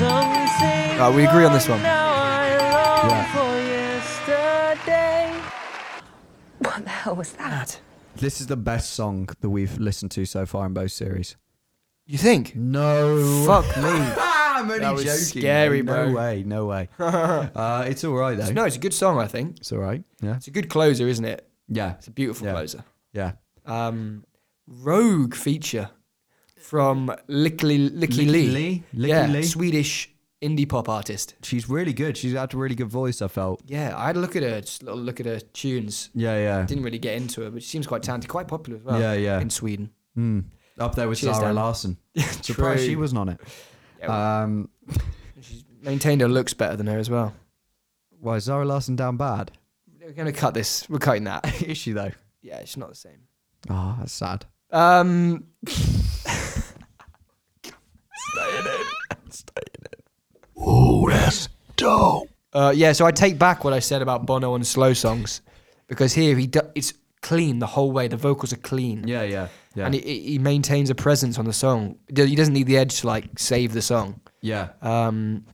Speaker 1: Right, we agree on this one.
Speaker 2: Yeah.
Speaker 6: What the hell was that?
Speaker 2: This is the best song that we've listened to so far in both series.
Speaker 1: You think?
Speaker 2: No.
Speaker 1: Fuck Ah, me.
Speaker 2: I'm only
Speaker 1: That was
Speaker 2: joking.
Speaker 1: scary,
Speaker 2: no
Speaker 1: bro.
Speaker 2: way. No way. uh, it's all right though.
Speaker 1: No, it's a good song. I think
Speaker 2: It's all right. Yeah.
Speaker 1: it's a good closer, isn't it?
Speaker 2: Yeah.
Speaker 1: It's a beautiful
Speaker 2: Yeah.
Speaker 1: closer.
Speaker 2: Yeah.
Speaker 1: um, rogue feature from Lickly Licky
Speaker 2: Licky
Speaker 1: Lee.
Speaker 2: Lee? Licky
Speaker 1: yeah,
Speaker 2: Lee?
Speaker 1: Swedish indie pop artist.
Speaker 2: She's really good. She's had a really good voice. I felt.
Speaker 1: Yeah, I had a look at her, just a little look at her tunes.
Speaker 2: Yeah. Yeah.
Speaker 1: Didn't really get into her, but she seems quite talented, quite popular as well.
Speaker 2: Yeah, yeah.
Speaker 1: In Sweden.
Speaker 2: Mm. Up there with
Speaker 1: Cheers,
Speaker 2: Sarah
Speaker 1: Dan.
Speaker 2: Larson. Surprised she wasn't on it.
Speaker 1: Yeah,
Speaker 2: Um,
Speaker 1: She's maintained her looks better than her as well.
Speaker 2: why is Zara Larson down bad?
Speaker 1: We're gonna cut this. We're cutting that.
Speaker 2: is she though?
Speaker 1: Yeah, she's not the same.
Speaker 2: Oh, that's sad.
Speaker 1: Um,
Speaker 5: Ooh, that's dope.
Speaker 1: uh, yeah, so I take back what I said about Bono and slow songs, because here he do- it's clean the whole way. The vocals are clean.
Speaker 2: Yeah, yeah, yeah,
Speaker 1: and he, he he maintains a presence on the song. D- He doesn't need the edge to like save the song.
Speaker 2: yeah.
Speaker 1: Um,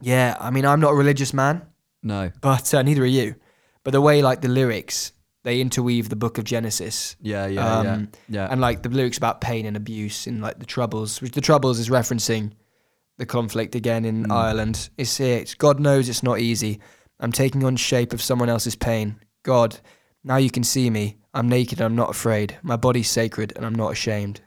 Speaker 1: yeah, I mean, I'm not a religious man,
Speaker 2: No,
Speaker 1: but uh, neither are you. But the way like the lyrics, they interweave the Book of Genesis,
Speaker 2: yeah, yeah,
Speaker 1: Um,
Speaker 2: yeah, yeah.
Speaker 1: and like the lyrics about pain and abuse and like the troubles, which the troubles is referencing the conflict again in
Speaker 2: Mm.
Speaker 1: Ireland. It's it's God knows it's not easy. I'm taking on shape of someone else's pain. God, now you can see me. I'm naked and I'm not afraid. My body's sacred and I'm not ashamed.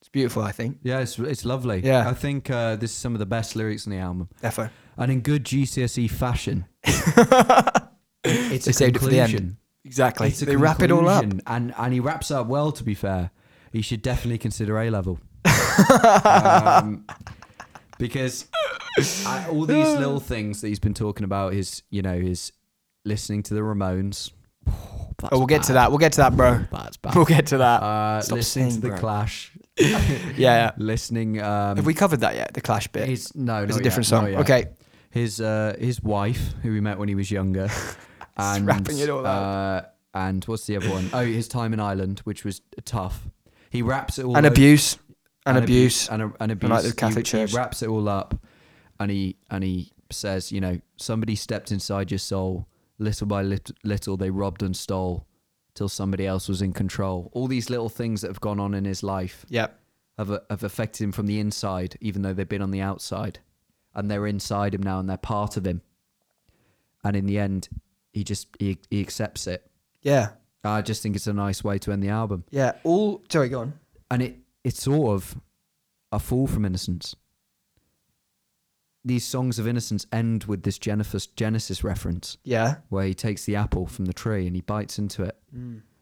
Speaker 1: It's beautiful, I think.
Speaker 2: yeah, it's it's lovely.
Speaker 1: Yeah.
Speaker 2: I think uh, this is some of the best lyrics on the album,
Speaker 1: Defo.
Speaker 2: and in good GCSE E fashion. it's
Speaker 1: They
Speaker 2: a
Speaker 1: saved it for the end.
Speaker 2: conclusion.
Speaker 1: Exactly.
Speaker 2: It's a
Speaker 1: they wrap it all up.
Speaker 2: conclusion, and and he wraps up well. To be fair, he should definitely consider A level. um, because I, all these little things that he's been talking about is, you know, his listening to the Ramones. That's
Speaker 1: Oh, we'll get to
Speaker 2: bad.
Speaker 1: that. We'll get to that, bro.
Speaker 2: That's bad.
Speaker 1: We'll get to that.
Speaker 2: Uh,
Speaker 1: Stop
Speaker 2: listening to
Speaker 1: saying
Speaker 2: the
Speaker 1: bro.
Speaker 2: Clash.
Speaker 1: yeah. yeah.
Speaker 2: listening. Um,
Speaker 1: Have we covered that yet? The Clash bit.
Speaker 2: His, no,
Speaker 1: It's a
Speaker 2: not
Speaker 1: different
Speaker 2: yet, not
Speaker 1: song.
Speaker 2: yet.
Speaker 1: Okay.
Speaker 2: His uh, his wife, who he met when he was younger, and
Speaker 1: wrapping it all
Speaker 2: Uh, and what's the other one? Oh, his time in Ireland, which was tough. He wraps it all
Speaker 1: And
Speaker 2: up-
Speaker 1: abuse. And, abuse.
Speaker 2: and, a- and abuse.
Speaker 1: And like the
Speaker 2: He-
Speaker 1: Catholic
Speaker 2: he,
Speaker 1: Church.
Speaker 2: wraps it all up, and he and he says, you know, somebody stepped inside your soul. Little by lit- little, they robbed and stole, till somebody else was in control. All these little things that have gone on in his life
Speaker 1: Yep.
Speaker 2: have uh, have affected him from the inside, even though they've been on the outside, and they're inside him now, and they're part of him. And in the end, he just he, he accepts it.
Speaker 1: Yeah.
Speaker 2: I just think it's a nice way to end the album,
Speaker 1: Yeah. All. Sorry, go on.
Speaker 2: and it it's sort of a fall from innocence. These songs of innocence end with this Genesis Genesis reference,
Speaker 1: Yeah.
Speaker 2: where he takes the apple from the tree and he bites into it,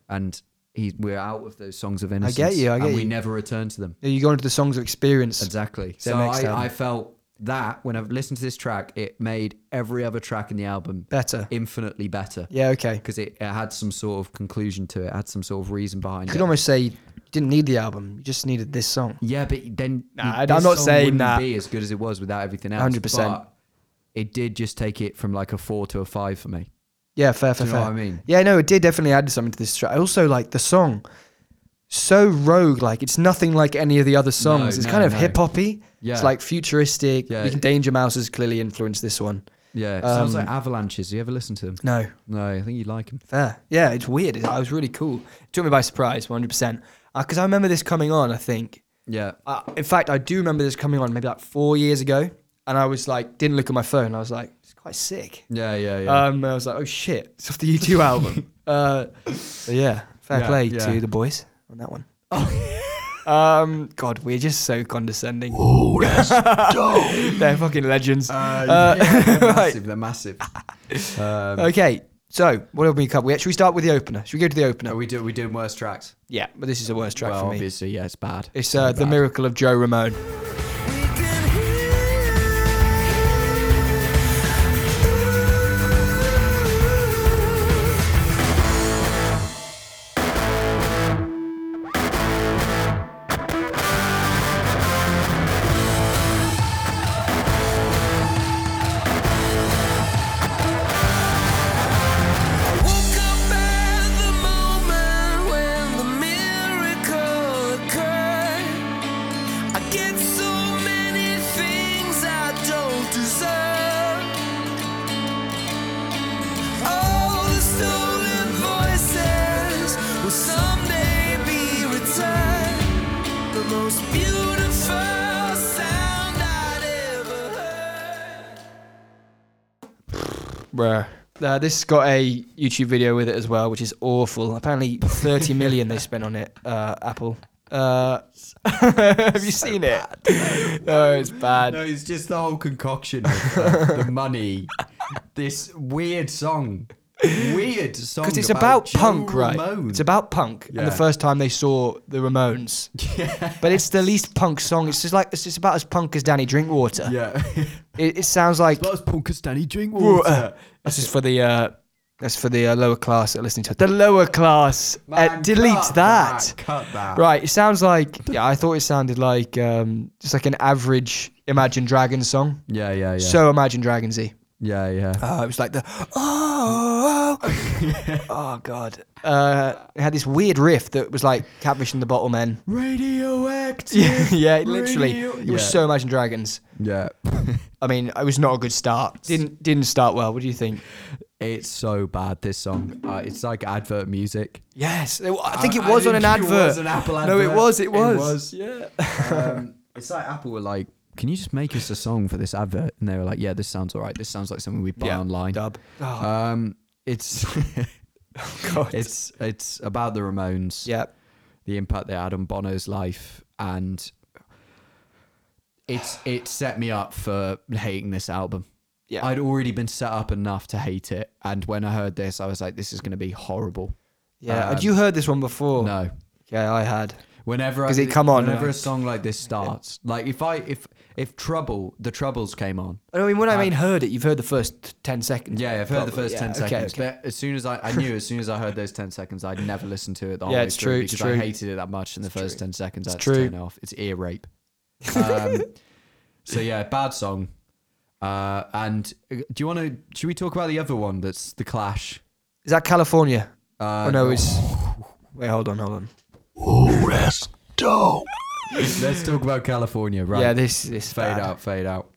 Speaker 2: and he we're out of those songs of innocence.
Speaker 1: you, Mm. I get
Speaker 2: and we
Speaker 1: you.
Speaker 2: never return to them.
Speaker 1: Yeah, You go into the songs of experience.
Speaker 2: Exactly.
Speaker 1: So
Speaker 2: So,
Speaker 1: next album.
Speaker 2: I, I felt that when I've listened to this track, it made every other track in the album
Speaker 1: Better.
Speaker 2: infinitely better
Speaker 1: Yeah. Okay.
Speaker 2: because it, it had some sort of conclusion to it, had some sort of reason behind
Speaker 1: You
Speaker 2: it.
Speaker 1: could almost say you didn't need the album. You just needed this song.
Speaker 2: yeah, but then
Speaker 1: Nah,
Speaker 2: you-
Speaker 1: I- I'm
Speaker 2: this
Speaker 1: not
Speaker 2: song
Speaker 1: saying
Speaker 2: wouldn't
Speaker 1: that.
Speaker 2: be as good as it was without everything else.
Speaker 1: 100%.
Speaker 2: but It did just take it from like a four to a five for me.
Speaker 1: Yeah. Fair. Fair.
Speaker 2: Do you know
Speaker 1: fair.
Speaker 2: what I mean?
Speaker 1: Yeah. No. It did definitely add something to this track. I also like the song. So rogue, like it's nothing like any of the other songs. it's
Speaker 2: no,
Speaker 1: kind of
Speaker 2: no.
Speaker 1: hip hoppy.
Speaker 2: Yeah.
Speaker 1: It's like futuristic.
Speaker 2: Yeah.
Speaker 1: You can- Danger Mouse has clearly influenced this one.
Speaker 2: Yeah, it sounds like avalanches. You ever listen to them?
Speaker 1: Um, No.
Speaker 2: No, I think you like them.
Speaker 1: Fair. Yeah, it's weird. It, I was really cool. It took me by surprise, 100%. Because Uh, I remember this coming on, I think.
Speaker 2: Yeah,
Speaker 1: Uh, in fact, I do remember this coming on maybe like four years ago. And I was like, didn't look at my phone. I was like, it's quite sick.
Speaker 2: yeah, yeah, yeah.
Speaker 1: Um, I was like, oh shit, it's off the U2 album. uh, so yeah, fair
Speaker 2: Yeah,
Speaker 1: play
Speaker 2: yeah.
Speaker 1: to the boys on that one. um, God, we're just so condescending.
Speaker 5: Ooh, that's dope.
Speaker 1: They're fucking legends.
Speaker 2: Uh, yeah, they're
Speaker 1: right.
Speaker 2: massive. They're massive. Um,
Speaker 1: okay, so what have we covered? We- Should we start with the opener? Should we go to the
Speaker 2: are
Speaker 1: opener?
Speaker 2: we do we doing worse tracks?
Speaker 1: yeah, but this is the worst track
Speaker 2: well,
Speaker 1: for me.
Speaker 2: obviously, yeah, it's bad.
Speaker 1: It's uh,
Speaker 2: Really
Speaker 1: the
Speaker 2: bad.
Speaker 1: miracle of Joe Ramone.
Speaker 4: Woke up at the moment when the miracle occurred. I get so many things I don't deserve. All the stolen voices will someday be returned. The most beautiful sound I'd ever heard.
Speaker 1: Bruh. Uh, this got a YouTube video with it as well, which is awful. Apparently, 30 million they spent on it, uh, Apple. Uh, have you seen it? No, it's bad.
Speaker 2: No, it's just the whole concoction of uh, the money. This weird song. Weird song.
Speaker 1: Because it's about,
Speaker 2: Joe
Speaker 1: punk, right?
Speaker 2: Ramone.
Speaker 1: It's about punk and
Speaker 2: Yeah.
Speaker 1: the first time they saw the Ramones. But it's the least punk song. It's just like it's just about as punk as Danny Drinkwater.
Speaker 2: Yeah.
Speaker 1: It, it sounds like
Speaker 2: That's punk as Danny
Speaker 1: Water.
Speaker 2: Drinkwater.
Speaker 1: This is for the uh, that's for the uh, lower class that are listening to it. The lower class.
Speaker 2: Man,
Speaker 1: uh, delete
Speaker 2: cut
Speaker 1: that.
Speaker 2: Cut that.
Speaker 1: Right. It sounds like yeah. I thought it sounded like um, just like an average Imagine Dragons song.
Speaker 2: Yeah, yeah, yeah.
Speaker 1: So Imagine Dragonsy.
Speaker 2: yeah, yeah.
Speaker 1: Uh, it was like the oh oh, oh god. Uh, it had this weird riff that was like Catfish and the Bottlemen.
Speaker 2: Radioactive.
Speaker 1: Yeah, yeah, literally.
Speaker 2: Radio-
Speaker 1: It was
Speaker 2: Yeah.
Speaker 1: so Imagine Dragons.
Speaker 2: Yeah.
Speaker 1: I mean, it was not a good start. Didn't didn't start well. What do you think?
Speaker 2: it's so bad. This song. Uh, it's like advert music.
Speaker 1: Yes, it- I think it
Speaker 2: I- I
Speaker 1: was on an
Speaker 2: think it
Speaker 1: advert.
Speaker 2: was an Apple
Speaker 1: No, it
Speaker 2: advert.
Speaker 1: was. It
Speaker 2: It
Speaker 1: was.
Speaker 2: was.
Speaker 1: Yeah.
Speaker 2: um, it's like Apple were like, "Can you just make us a song for this advert?" And they were like, "Yeah, this sounds all right. This sounds like something we buy
Speaker 1: Yeah,
Speaker 2: online."
Speaker 1: dub. Oh,
Speaker 2: Um, it's
Speaker 1: God.
Speaker 2: it's it's about the Ramones,
Speaker 1: yeah.
Speaker 2: the impact they had on Bono's life, and it's it set me up for hating this album.
Speaker 1: Yeah.
Speaker 2: I'd already been set up enough to hate it, and when I heard this, I was like, "This is going to be horrible."
Speaker 1: Yeah. had
Speaker 2: Um,
Speaker 1: you heard this one before?
Speaker 2: No,
Speaker 1: Yeah, I had.
Speaker 2: Whenever I
Speaker 1: 'Cause it
Speaker 2: do-
Speaker 1: come on,
Speaker 2: whenever
Speaker 1: like-
Speaker 2: a song like this starts, like if I if if Trouble, the Troubles came on.
Speaker 1: I mean, when I mean heard it, you've heard the first 10 seconds.
Speaker 2: Yeah, I've heard
Speaker 1: probably.
Speaker 2: the first
Speaker 1: Yeah,
Speaker 2: ten
Speaker 1: okay,
Speaker 2: seconds,
Speaker 1: okay.
Speaker 2: but as soon as I, I knew, as soon as I heard those ten seconds, I'd never listened to it. The whole
Speaker 1: Yeah,
Speaker 2: way
Speaker 1: it's
Speaker 2: through
Speaker 1: true, it's
Speaker 2: Because
Speaker 1: true.
Speaker 2: I hated it that much in the first ten seconds. I had
Speaker 1: It's
Speaker 2: to
Speaker 1: true.
Speaker 2: turn it off. It's ear rape. Um, so yeah, bad song. Uh, and uh, do you want to? Should we talk about the other one? That's the Clash.
Speaker 1: Is that California?
Speaker 2: Uh,
Speaker 1: oh, no, it's. Wait, hold on, hold on.
Speaker 5: Rest dope.
Speaker 2: Let's talk about California, right?
Speaker 1: Yeah, this this
Speaker 2: fade
Speaker 1: bad.
Speaker 2: out, fade out.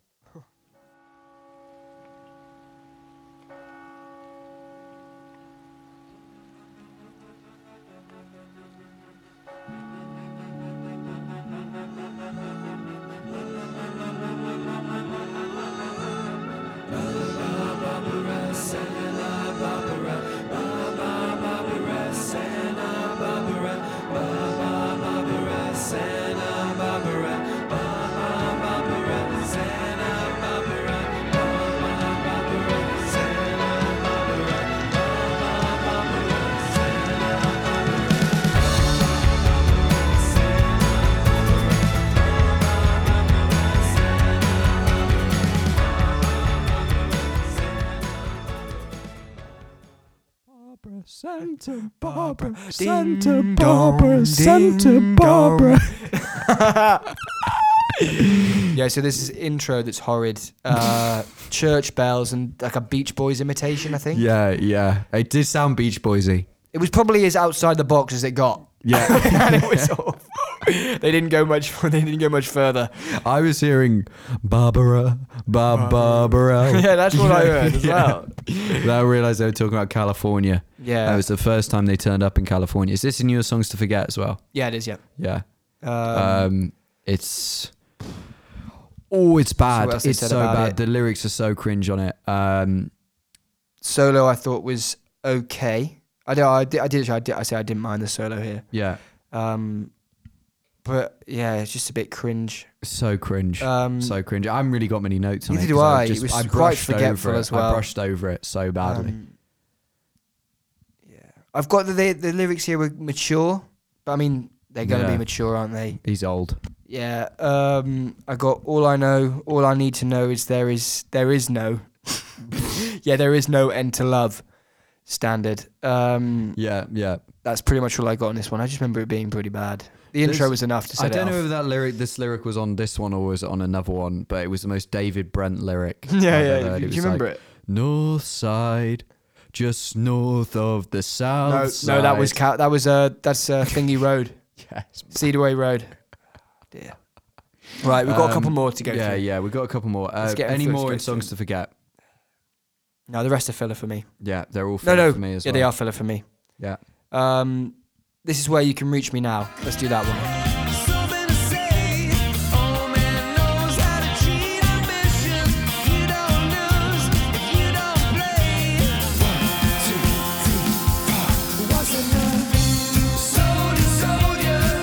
Speaker 2: Santa Barbara, Santa
Speaker 1: Ding
Speaker 2: Barbara,
Speaker 1: dong,
Speaker 2: Santa
Speaker 1: ding
Speaker 2: Barbara.
Speaker 1: Yeah, so this is intro that's horrid. Uh, church bells and like a Beach Boys imitation, I think.
Speaker 2: Yeah, yeah. It did sound Beach Boysy.
Speaker 1: It was probably as outside the box as it got.
Speaker 2: Yeah.
Speaker 1: and it was awful. They didn't go much. They didn't go much further.
Speaker 2: I was hearing Barbara, ba Barbara.
Speaker 1: Oh. Yeah, that's what I heard as well.
Speaker 2: Then I realized they were talking about California.
Speaker 1: Yeah.
Speaker 2: That was the first time they turned up in California. Is this in your songs to forget as well?
Speaker 1: Yeah, it is. Yeah.
Speaker 2: Yeah.
Speaker 1: Um,
Speaker 2: Um, it's oh, it's bad.
Speaker 1: what else they
Speaker 2: It's
Speaker 1: said
Speaker 2: so
Speaker 1: about
Speaker 2: bad.
Speaker 1: it.
Speaker 2: The lyrics are so cringe on it. Um,
Speaker 1: solo, I thought was okay. I do. I did. I did. I did. I say I didn't mind the solo here.
Speaker 2: yeah,
Speaker 1: Um, but yeah, it's just a bit cringe.
Speaker 2: so cringe.
Speaker 1: Um,
Speaker 2: so cringe. I haven't really got many notes on
Speaker 1: Neither
Speaker 2: it.
Speaker 1: do
Speaker 2: 'cause
Speaker 1: I. It
Speaker 2: just-
Speaker 1: was quite
Speaker 2: brushed
Speaker 1: forgetful
Speaker 2: over it.
Speaker 1: as well.
Speaker 2: I brushed over it so badly.
Speaker 1: um, yeah, I've got the, the the lyrics here were mature, but I mean they're gonna
Speaker 2: Yeah.
Speaker 1: be mature, aren't they?
Speaker 2: He's old.
Speaker 1: Yeah. Um, I got all I know. All I need to know is there is there is no. yeah, there is no end to love. Standard. Um,
Speaker 2: Yeah, yeah.
Speaker 1: that's pretty much all I got on this one. I just remember it being pretty bad. The intro
Speaker 2: There's-
Speaker 1: was enough to set
Speaker 2: I don't
Speaker 1: it
Speaker 2: know
Speaker 1: off.
Speaker 2: if that lyric, this lyric was on this one or was it on another one, but it was the most David Brent lyric.
Speaker 1: yeah,
Speaker 2: I've
Speaker 1: yeah.
Speaker 2: ever heard.
Speaker 1: Do
Speaker 2: was
Speaker 1: you remember
Speaker 2: like,
Speaker 1: it?
Speaker 2: North side, just north of the south.
Speaker 1: No, no, that was
Speaker 2: side."
Speaker 1: Ca- that was uh that's uh, Thingy Road,
Speaker 2: Yes.
Speaker 1: Cedarway Road. Dear. Right, we've got a couple
Speaker 2: Um,
Speaker 1: more to go.
Speaker 2: Yeah,
Speaker 1: through.
Speaker 2: yeah, we got a couple more. Uh,
Speaker 1: Let's get 'em
Speaker 2: any
Speaker 1: through,
Speaker 2: more in
Speaker 1: let's go
Speaker 2: songs to forget?
Speaker 1: No, the rest are filler for me.
Speaker 2: Yeah, they're all
Speaker 1: No,
Speaker 2: filler
Speaker 1: no,
Speaker 2: for me as
Speaker 1: yeah,
Speaker 2: well.
Speaker 1: they are filler for me.
Speaker 2: Yeah.
Speaker 1: Um, this is where you can reach me now. Let's do that one.
Speaker 4: Something to say. Oh man knows how to cheat ambitions. You don't lose if you don't play. One, two, three, four. What's enough? Soldier, soldier,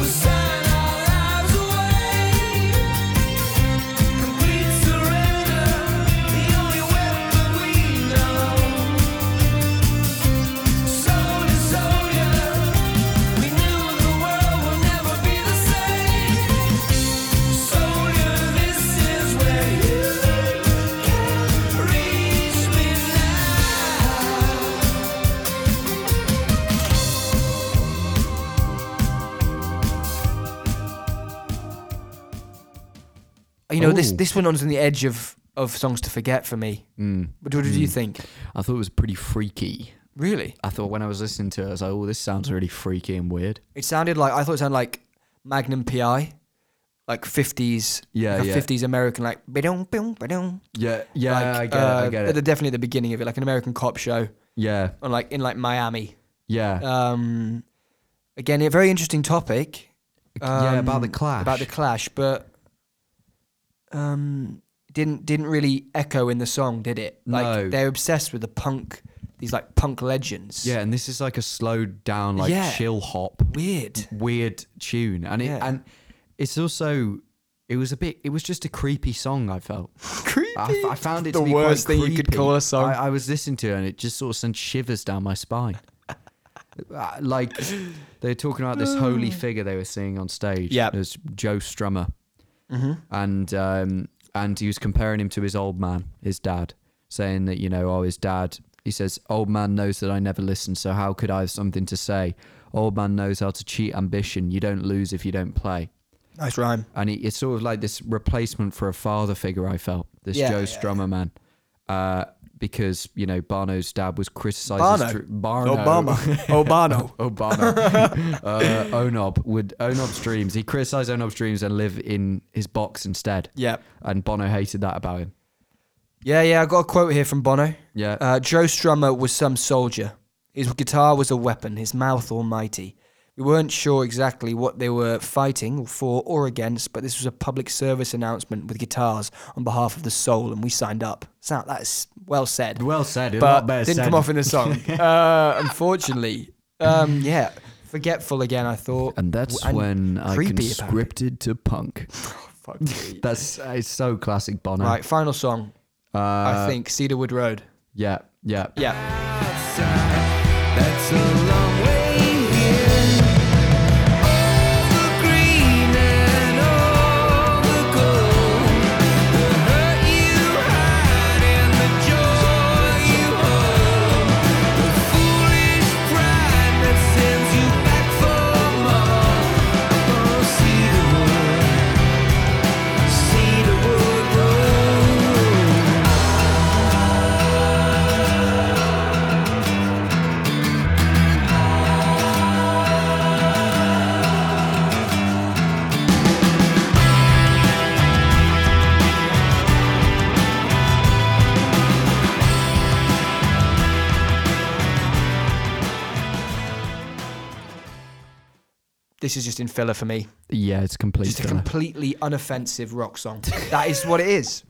Speaker 4: we sign our lives away. Complete surrender, the only weapon we know. Soldier, soldier. We knew the world would never be the same. Soldier, this is where you can reach me now.
Speaker 1: You know, this
Speaker 2: Ooh.
Speaker 1: this one was on the edge of of songs to forget for me. Mm. What, what did you think?
Speaker 2: I thought it was pretty freaky.
Speaker 1: Really?
Speaker 2: I thought when I was listening to it, I was like, oh, this sounds really freaky and weird.
Speaker 1: It sounded like I thought it sounded like Magnum PI, like fifties,
Speaker 2: Yeah,
Speaker 1: like
Speaker 2: yeah.
Speaker 1: fifties American, like ba-dum, ba-dum, ba-dum.
Speaker 2: Yeah, yeah,
Speaker 1: like,
Speaker 2: I get it. I
Speaker 1: uh,
Speaker 2: get
Speaker 1: at the-
Speaker 2: it.
Speaker 1: definitely at the beginning of it, like an American cop show,
Speaker 2: Yeah,
Speaker 1: on like in like Miami.
Speaker 2: yeah.
Speaker 1: Um, again, a very interesting topic.
Speaker 2: Yeah, about the
Speaker 1: um,
Speaker 2: Clash.
Speaker 1: About the clash, but um, didn't didn't really echo in the song, did it? Like
Speaker 2: No.
Speaker 1: they're obsessed with the punk, these like punk legends.
Speaker 2: yeah, and this is like a slowed down, like
Speaker 1: Yeah.
Speaker 2: chill hop,
Speaker 1: weird.
Speaker 2: weird tune, and it
Speaker 1: Yeah.
Speaker 2: and it's also it was a bit. It was just a creepy song. I felt.
Speaker 1: Creepy.
Speaker 2: I, I found it
Speaker 1: the
Speaker 2: to be
Speaker 1: worst
Speaker 2: quite
Speaker 1: thing you could
Speaker 2: creepy.
Speaker 1: call a song.
Speaker 2: I, I was listening to it and it just sort of sent shivers down my spine. Uh, Like they were talking about this holy figure they were seeing on stage.
Speaker 1: Yep.
Speaker 2: it was Joe Strummer, and um, and he was comparing him to his old man, his dad, saying that you know, oh, his dad. He says, "Old man knows that I never listen, so how could I have something to say? Old man knows how to cheat ambition. You don't lose if you don't play."
Speaker 1: Nice rhyme.
Speaker 2: and he, it's sort of like this replacement for a father figure. I felt this
Speaker 1: Yeah,
Speaker 2: Joe
Speaker 1: yeah,
Speaker 2: Strummer man, uh, because you know Barno's dad was criticised.
Speaker 1: Barno.
Speaker 2: Barno.
Speaker 1: Obama. Obano.
Speaker 2: Obama. uh, Onob would Onob's dreams. He criticised Onob's dreams and live in his box instead.
Speaker 1: Yep.
Speaker 2: And Bono hated that about him.
Speaker 1: Yeah, yeah, I got a quote here from Bono.
Speaker 2: Yeah.
Speaker 1: Uh, Joe Strummer was some soldier. His guitar was a weapon, his mouth almighty. We weren't sure exactly what they were fighting for or against, but this was a public service announcement with guitars on behalf of the soul, and we signed up. So that's well said.
Speaker 2: well said. a
Speaker 1: but
Speaker 2: lot better
Speaker 1: didn't
Speaker 2: said.
Speaker 1: come off in the song. uh, unfortunately, um, yeah, forgetful again. I thought,
Speaker 2: and that's
Speaker 1: And
Speaker 2: when I
Speaker 1: creepy apparently.
Speaker 2: conscripted to punk.
Speaker 1: Fuck.
Speaker 2: That's it's so classic Bono.
Speaker 1: right, final song.
Speaker 2: Uh,
Speaker 1: I think Cedarwood Road.
Speaker 2: Yeah. Yeah.
Speaker 1: Yeah,
Speaker 4: That's a long way in. All the green and all the gold, the hurt you hide and the joy you hold, the foolish pride that sends you back for more. Oh, see the wood, see the wood road.
Speaker 1: this is just in filler for me.
Speaker 2: Yeah. It's complete.
Speaker 1: Just a
Speaker 2: filler.
Speaker 1: completely unoffensive rock song. That is what it is.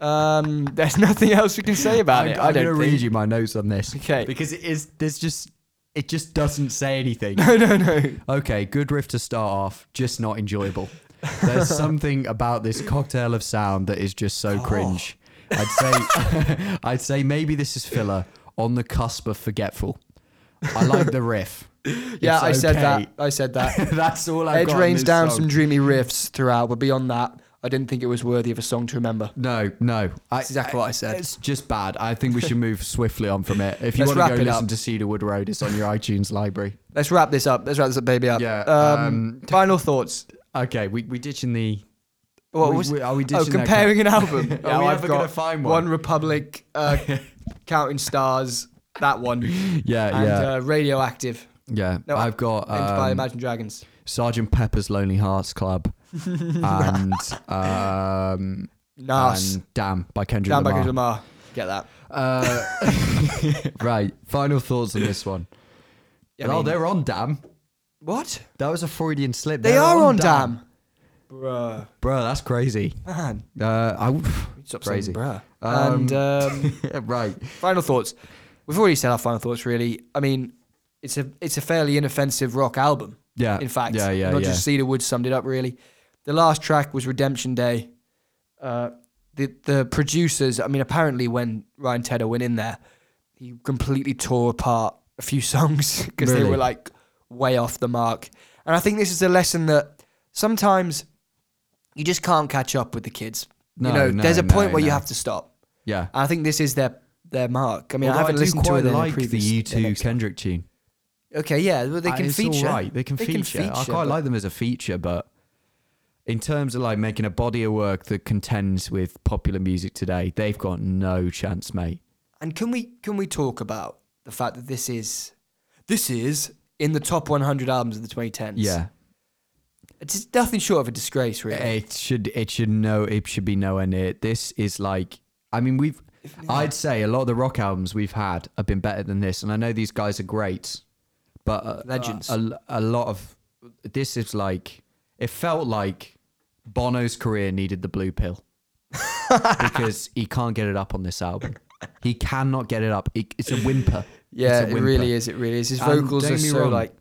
Speaker 1: Um, there's nothing else we can say about
Speaker 2: I'm,
Speaker 1: it.
Speaker 2: I'm
Speaker 1: I don't
Speaker 2: gonna
Speaker 1: think.
Speaker 2: read you my notes on this.
Speaker 1: Okay.
Speaker 2: Because it is there's just it just doesn't say anything.
Speaker 1: No, no, no.
Speaker 2: okay, good riff to start off, just not enjoyable. There's something about this cocktail of sound that is just so
Speaker 1: Oh.
Speaker 2: cringe. I'd say I'd say maybe this is filler on the cusp of forgetful. I like the riff.
Speaker 1: Yeah,
Speaker 2: It's
Speaker 1: I said that.
Speaker 2: okay.
Speaker 1: I said that.
Speaker 2: That's all I've
Speaker 1: Ed
Speaker 2: got on
Speaker 1: rains
Speaker 2: this
Speaker 1: down
Speaker 2: song.
Speaker 1: some dreamy riffs throughout, but beyond that, I didn't think it was worthy of a song to remember.
Speaker 2: No, no. I,
Speaker 1: That's exactly what I said.
Speaker 2: It's just bad. I think we should move swiftly on from it. If you
Speaker 1: Let's
Speaker 2: want to
Speaker 1: wrap
Speaker 2: go
Speaker 1: it
Speaker 2: listen
Speaker 1: up.
Speaker 2: to Cedarwood Road, it's on your iTunes library.
Speaker 1: Let's wrap this up. Let's wrap this up, baby up.
Speaker 2: Yeah,
Speaker 1: Um,
Speaker 2: um,
Speaker 1: final thoughts.
Speaker 2: Okay, we we ditching the
Speaker 1: What
Speaker 2: We-
Speaker 1: was?
Speaker 2: we- are we
Speaker 1: oh,
Speaker 2: ditching that
Speaker 1: comparing an album.
Speaker 2: Are
Speaker 1: Now
Speaker 2: we
Speaker 1: I've
Speaker 2: ever
Speaker 1: got
Speaker 2: gonna find one?
Speaker 1: Republic, uh, Counting Stars, that one, and
Speaker 2: yeah yeah
Speaker 1: uh, Radioactive.
Speaker 2: yeah.
Speaker 1: no,
Speaker 2: I've got
Speaker 1: Named by
Speaker 2: um,
Speaker 1: Imagine Dragons.
Speaker 2: Sergeant Pepper's Lonely Hearts Club and um
Speaker 1: Nas.
Speaker 2: and Damn by Kendrick
Speaker 1: Down back
Speaker 2: Lamar.
Speaker 1: into Lamar. Get that.
Speaker 2: Uh, right, final thoughts on this one.
Speaker 1: I
Speaker 2: oh,
Speaker 1: mean-
Speaker 2: they're on Damn.
Speaker 1: What?
Speaker 2: That was a Freudian slip.
Speaker 1: They
Speaker 2: They're
Speaker 1: are on
Speaker 2: Damn.
Speaker 1: Damn. Bruh.
Speaker 2: bro. That's crazy.
Speaker 1: Man.
Speaker 2: Uh, I
Speaker 1: Stop saying
Speaker 2: crazy.
Speaker 1: Bruh.
Speaker 2: Um,
Speaker 1: and um,
Speaker 2: right.
Speaker 1: final thoughts. We've already said our final thoughts, really. I mean, it's a it's a fairly inoffensive rock album.
Speaker 2: Yeah.
Speaker 1: In fact,
Speaker 2: Yeah, yeah,
Speaker 1: Roger
Speaker 2: yeah.
Speaker 1: Cedarwood summed it up really. The last track was Redemption Day. Uh, the the producers, I mean, apparently when Ryan Tedder went in there, he completely tore apart a few songs because they
Speaker 2: Really?
Speaker 1: were like way off the mark. And I think this is a lesson that sometimes you just can't catch up with the kids.
Speaker 2: No,
Speaker 1: you know,
Speaker 2: no,
Speaker 1: there's a
Speaker 2: no,
Speaker 1: point where you
Speaker 2: no.
Speaker 1: have to stop.
Speaker 2: Yeah.
Speaker 1: And I think this is their their mark. I mean, I
Speaker 2: Although
Speaker 1: haven't
Speaker 2: do
Speaker 1: listened to
Speaker 2: quite
Speaker 1: it in
Speaker 2: like
Speaker 1: a previous.
Speaker 2: the
Speaker 1: their
Speaker 2: U2
Speaker 1: next-
Speaker 2: Kendrick tune.
Speaker 1: Okay, yeah, well, they
Speaker 2: Uh,
Speaker 1: can
Speaker 2: it's
Speaker 1: feature.
Speaker 2: All right. They can feature. I
Speaker 1: feature,
Speaker 2: quite
Speaker 1: but-
Speaker 2: like them as a feature, but in terms of like making a body of work that contends with popular music today, they've got no chance, mate.
Speaker 1: And can we can we talk about the fact that this is this is in the top 100 albums of the 2010s?
Speaker 2: Yeah,
Speaker 1: it's just nothing short of a disgrace, really.
Speaker 2: it should it should no it should be nowhere near. This is like, I mean, we've I'd say a lot of the rock albums we've had have been better than this, and I know these guys are great, but uh,
Speaker 1: Legends.
Speaker 2: A, a lot of this is like it felt like Bono's career needed the blue pill. because he can't get it up on this album. He cannot get it up. It, it's a whimper.
Speaker 1: yeah,
Speaker 2: It's a
Speaker 1: it really is. It really is. His
Speaker 2: And
Speaker 1: vocals
Speaker 2: don't
Speaker 1: are
Speaker 2: get me
Speaker 1: so
Speaker 2: wrong.
Speaker 1: like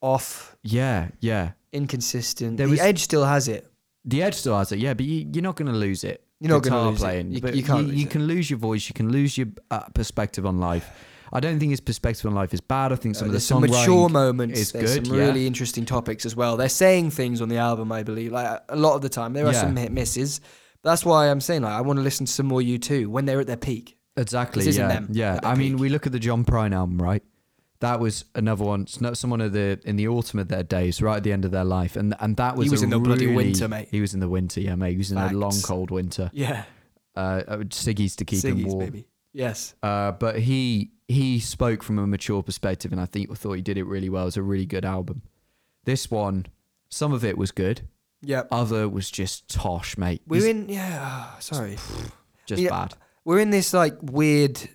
Speaker 1: off,
Speaker 2: Yeah, yeah.
Speaker 1: inconsistent.
Speaker 2: There
Speaker 1: the
Speaker 2: was-
Speaker 1: Edge still has it.
Speaker 2: The Edge still has it. Yeah, but you, you're not going to lose it.
Speaker 1: You're not gonna
Speaker 2: Guitar
Speaker 1: lose it.
Speaker 2: playing.
Speaker 1: You-
Speaker 2: but
Speaker 1: you can't
Speaker 2: You,
Speaker 1: lose it.
Speaker 2: can lose your voice. You can lose your uh, perspective on life. I don't think his perspective on life is bad. I think
Speaker 1: Uh,
Speaker 2: some of the
Speaker 1: there's some mature
Speaker 2: songwriting
Speaker 1: moments.
Speaker 2: is
Speaker 1: there's
Speaker 2: good.
Speaker 1: some
Speaker 2: yeah.
Speaker 1: really interesting topics as well. They're saying things on the album, I believe. Like a lot of the time, there are
Speaker 2: Yeah.
Speaker 1: some hit misses. That's why I'm saying like I want to listen to some more U2 when they're at their peak.
Speaker 2: Exactly.
Speaker 1: This isn't
Speaker 2: yeah.
Speaker 1: them
Speaker 2: Yeah.
Speaker 1: at their
Speaker 2: I mean,
Speaker 1: peak.
Speaker 2: we look at the John Prine album, right? That was another one. s- no- Someone in the in the autumn of their days, right at the end of their life, and and that was
Speaker 1: was
Speaker 2: a
Speaker 1: in the bloody
Speaker 2: really-
Speaker 1: winter, mate.
Speaker 2: He was in the winter, yeah, mate. He was in a long,
Speaker 1: Facts.
Speaker 2: cold winter.
Speaker 1: Yeah,
Speaker 2: Uh, uh, Siggy's to keep him
Speaker 1: Siggy's
Speaker 2: warm.
Speaker 1: baby. Yes,
Speaker 2: Uh, but he he spoke from a mature perspective, and I think thought he did it really well. It's a really good album. This one, some of it was good,
Speaker 1: yep.
Speaker 2: other was just tosh, mate.
Speaker 1: We're
Speaker 2: He's
Speaker 1: in. Yeah, oh, sorry.
Speaker 2: just
Speaker 1: yeah.
Speaker 2: bad.
Speaker 1: We're in this like weird.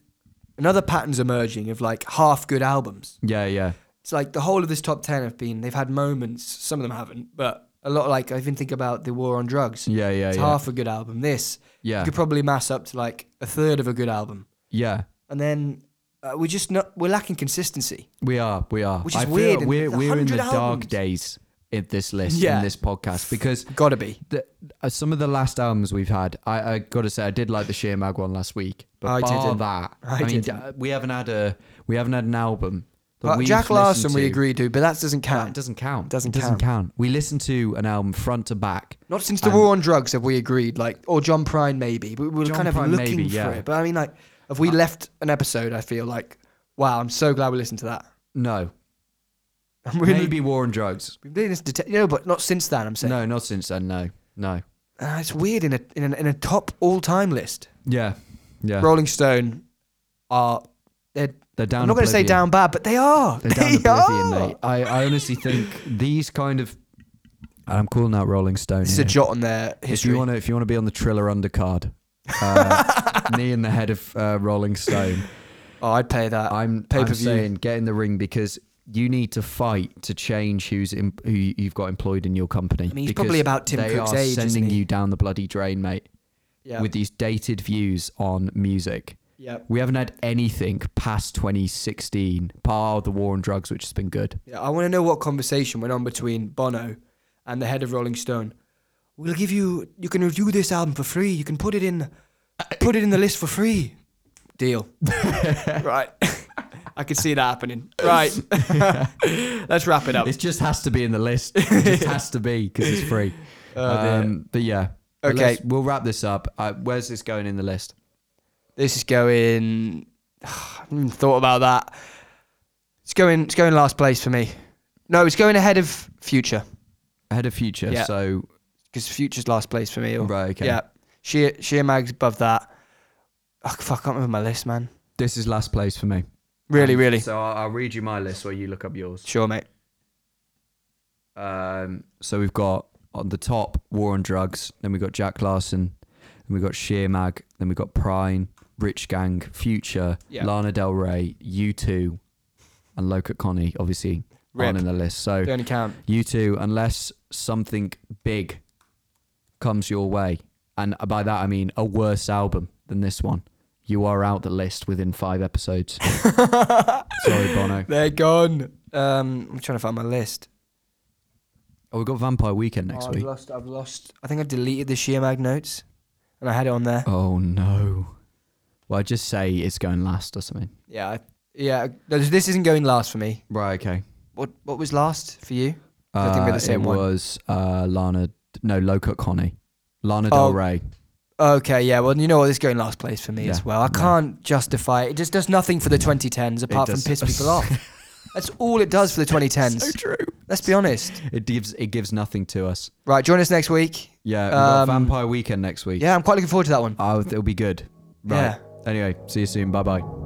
Speaker 1: Another pattern's emerging of like half good albums.
Speaker 2: Yeah, yeah.
Speaker 1: It's like the whole of this top ten have been. They've had moments. Some of them haven't, but a lot. Like I even think about the war on drugs.
Speaker 2: Yeah, yeah,
Speaker 1: it's
Speaker 2: yeah.
Speaker 1: half a good album. This
Speaker 2: Yeah.
Speaker 1: you could probably mass up to like a third of a good album,
Speaker 2: Yeah.
Speaker 1: and then uh, we're just not we're lacking consistency.
Speaker 2: We are, we are.
Speaker 1: Which is
Speaker 2: I feel
Speaker 1: weird in
Speaker 2: We're,
Speaker 1: the
Speaker 2: we're in
Speaker 1: 100
Speaker 2: the
Speaker 1: albums.
Speaker 2: dark days in this list,
Speaker 1: Yeah.
Speaker 2: in this podcast, because
Speaker 1: Gotta be.
Speaker 2: the, uh, some of the last albums we've had, I, I got to say, I did like the Sheer Mag one last week, but
Speaker 1: I
Speaker 2: bar
Speaker 1: didn't.
Speaker 2: that,
Speaker 1: I
Speaker 2: mean,
Speaker 1: didn't.
Speaker 2: d- we haven't had a, we haven't had an album. that
Speaker 1: But
Speaker 2: we've
Speaker 1: Uh, Jack Larson,
Speaker 2: listened
Speaker 1: we
Speaker 2: to-
Speaker 1: agreed to, but that doesn't count.
Speaker 2: It doesn't count.
Speaker 1: Doesn't
Speaker 2: It doesn't count. We listened to an album front to back.
Speaker 1: Not since the war on drugs have we agreed, like, or John Prine maybe, but we were
Speaker 2: John
Speaker 1: kind of
Speaker 2: Prine
Speaker 1: looking
Speaker 2: maybe,
Speaker 1: for
Speaker 2: yeah.
Speaker 1: it. But I mean, like, have we left an episode? I feel like, wow, I'm so glad we listened to that.
Speaker 2: No,
Speaker 1: I'm really,
Speaker 2: maybe War on Drugs.
Speaker 1: we've been doing this, dete- you know, but not since then. I'm saying,
Speaker 2: No, not since then. No, no.
Speaker 1: Uh, it's weird in a in a, in a top all time list.
Speaker 2: Yeah, yeah.
Speaker 1: Rolling Stone are they're
Speaker 2: They're down.
Speaker 1: I'm not going to say
Speaker 2: Oblivion.
Speaker 1: down bad, but they are.
Speaker 2: They're down oblivion,
Speaker 1: are.
Speaker 2: mate. I, I honestly think these kind of. and I'm calling out Rolling Stone.
Speaker 1: This is a
Speaker 2: here.
Speaker 1: jot on their
Speaker 2: If
Speaker 1: history.
Speaker 2: you want to, if you want to be on the Triller undercard, uh, knee in the head of uh, Rolling Stone.
Speaker 1: oh, I'd pay that.
Speaker 2: I'm,
Speaker 1: pay per
Speaker 2: I'm
Speaker 1: view.
Speaker 2: saying get in the ring because you need to fight to change who's in, who you've got employed in your company. I
Speaker 1: mean, he's probably about Tim
Speaker 2: they
Speaker 1: Cook's
Speaker 2: are
Speaker 1: age, isn't
Speaker 2: sending
Speaker 1: he?
Speaker 2: you down the bloody drain, mate.
Speaker 1: Yeah.
Speaker 2: With these dated views on music.
Speaker 1: Yep.
Speaker 2: We haven't had anything past 2016, par the war on drugs, which has been good.
Speaker 1: Yeah, I want to know what conversation went on between Bono and the head of Rolling Stone. We'll give you. You can review this album for free. You can put it in. Put it in the list for free. Deal. right. I could see that happening. Right. Let's wrap it up.
Speaker 2: It just has to be in the list. It just has to be because it's free. um, but yeah. But
Speaker 1: Oh, Okay.
Speaker 2: let's- We'll wrap this up. Uh, where's this going in the list?
Speaker 1: This is going. I haven't even thought about that. It's going. It's going last place for me. No, it's going ahead of Future
Speaker 2: Ahead of future.
Speaker 1: Yeah.
Speaker 2: So
Speaker 1: because Future's last place for me. Or,
Speaker 2: Right, okay.
Speaker 1: Yeah. Sheer Sheer Mag's above that. Oh, fuck, I can't remember my list, man.
Speaker 2: this is last place for me.
Speaker 1: Really, really.
Speaker 2: So I'll, I'll read you my list while you look up yours.
Speaker 1: Sure, mate.
Speaker 2: Um, so we've got on the top War on Drugs, then we've got Jack Larson, then we've got Sheer Mag, then we've got Prine, Rich Gang, Future,
Speaker 1: Yeah.
Speaker 2: Lana Del Rey, U2, and Loca Connie, obviously,
Speaker 1: Rip.
Speaker 2: on in the list. So
Speaker 1: Don't count.
Speaker 2: you two, unless something big comes your way, and by that I mean a worse album than this one, you are out the list within five episodes. Sorry, Bono.
Speaker 1: They're gone. Um, I'm trying to find my list.
Speaker 2: Oh, we've got Vampire Weekend next
Speaker 1: Oh, I've
Speaker 2: week.
Speaker 1: lost. I've lost. I think I deleted the Sheer Mag notes, and I had it on there.
Speaker 2: Oh no. Well, I just say it's going last or something.
Speaker 1: Yeah. I, yeah. no, this isn't going last for me.
Speaker 2: Right. Okay.
Speaker 1: What What was last for you? I think we're the same
Speaker 2: Uh, it
Speaker 1: one.
Speaker 2: was uh, Lana. No, Loca Connie. Lana
Speaker 1: Oh,
Speaker 2: Del Rey.
Speaker 1: Okay, yeah. Well, you know what? This is going last place for me
Speaker 2: Yeah,
Speaker 1: as well. I
Speaker 2: no.
Speaker 1: can't justify it. It just does nothing for the 2010s apart from
Speaker 2: does-
Speaker 1: piss people off. That's all it does for the 2010s.
Speaker 2: true.
Speaker 1: Let's be honest.
Speaker 2: It gives it gives nothing to us.
Speaker 1: Right, join us next week.
Speaker 2: Yeah. We've got
Speaker 1: Um,
Speaker 2: Vampire Weekend next week.
Speaker 1: Yeah, I'm quite looking forward to that one.
Speaker 2: Oh, it'll be good. Right.
Speaker 1: Yeah.
Speaker 2: Anyway, see you soon. Bye bye.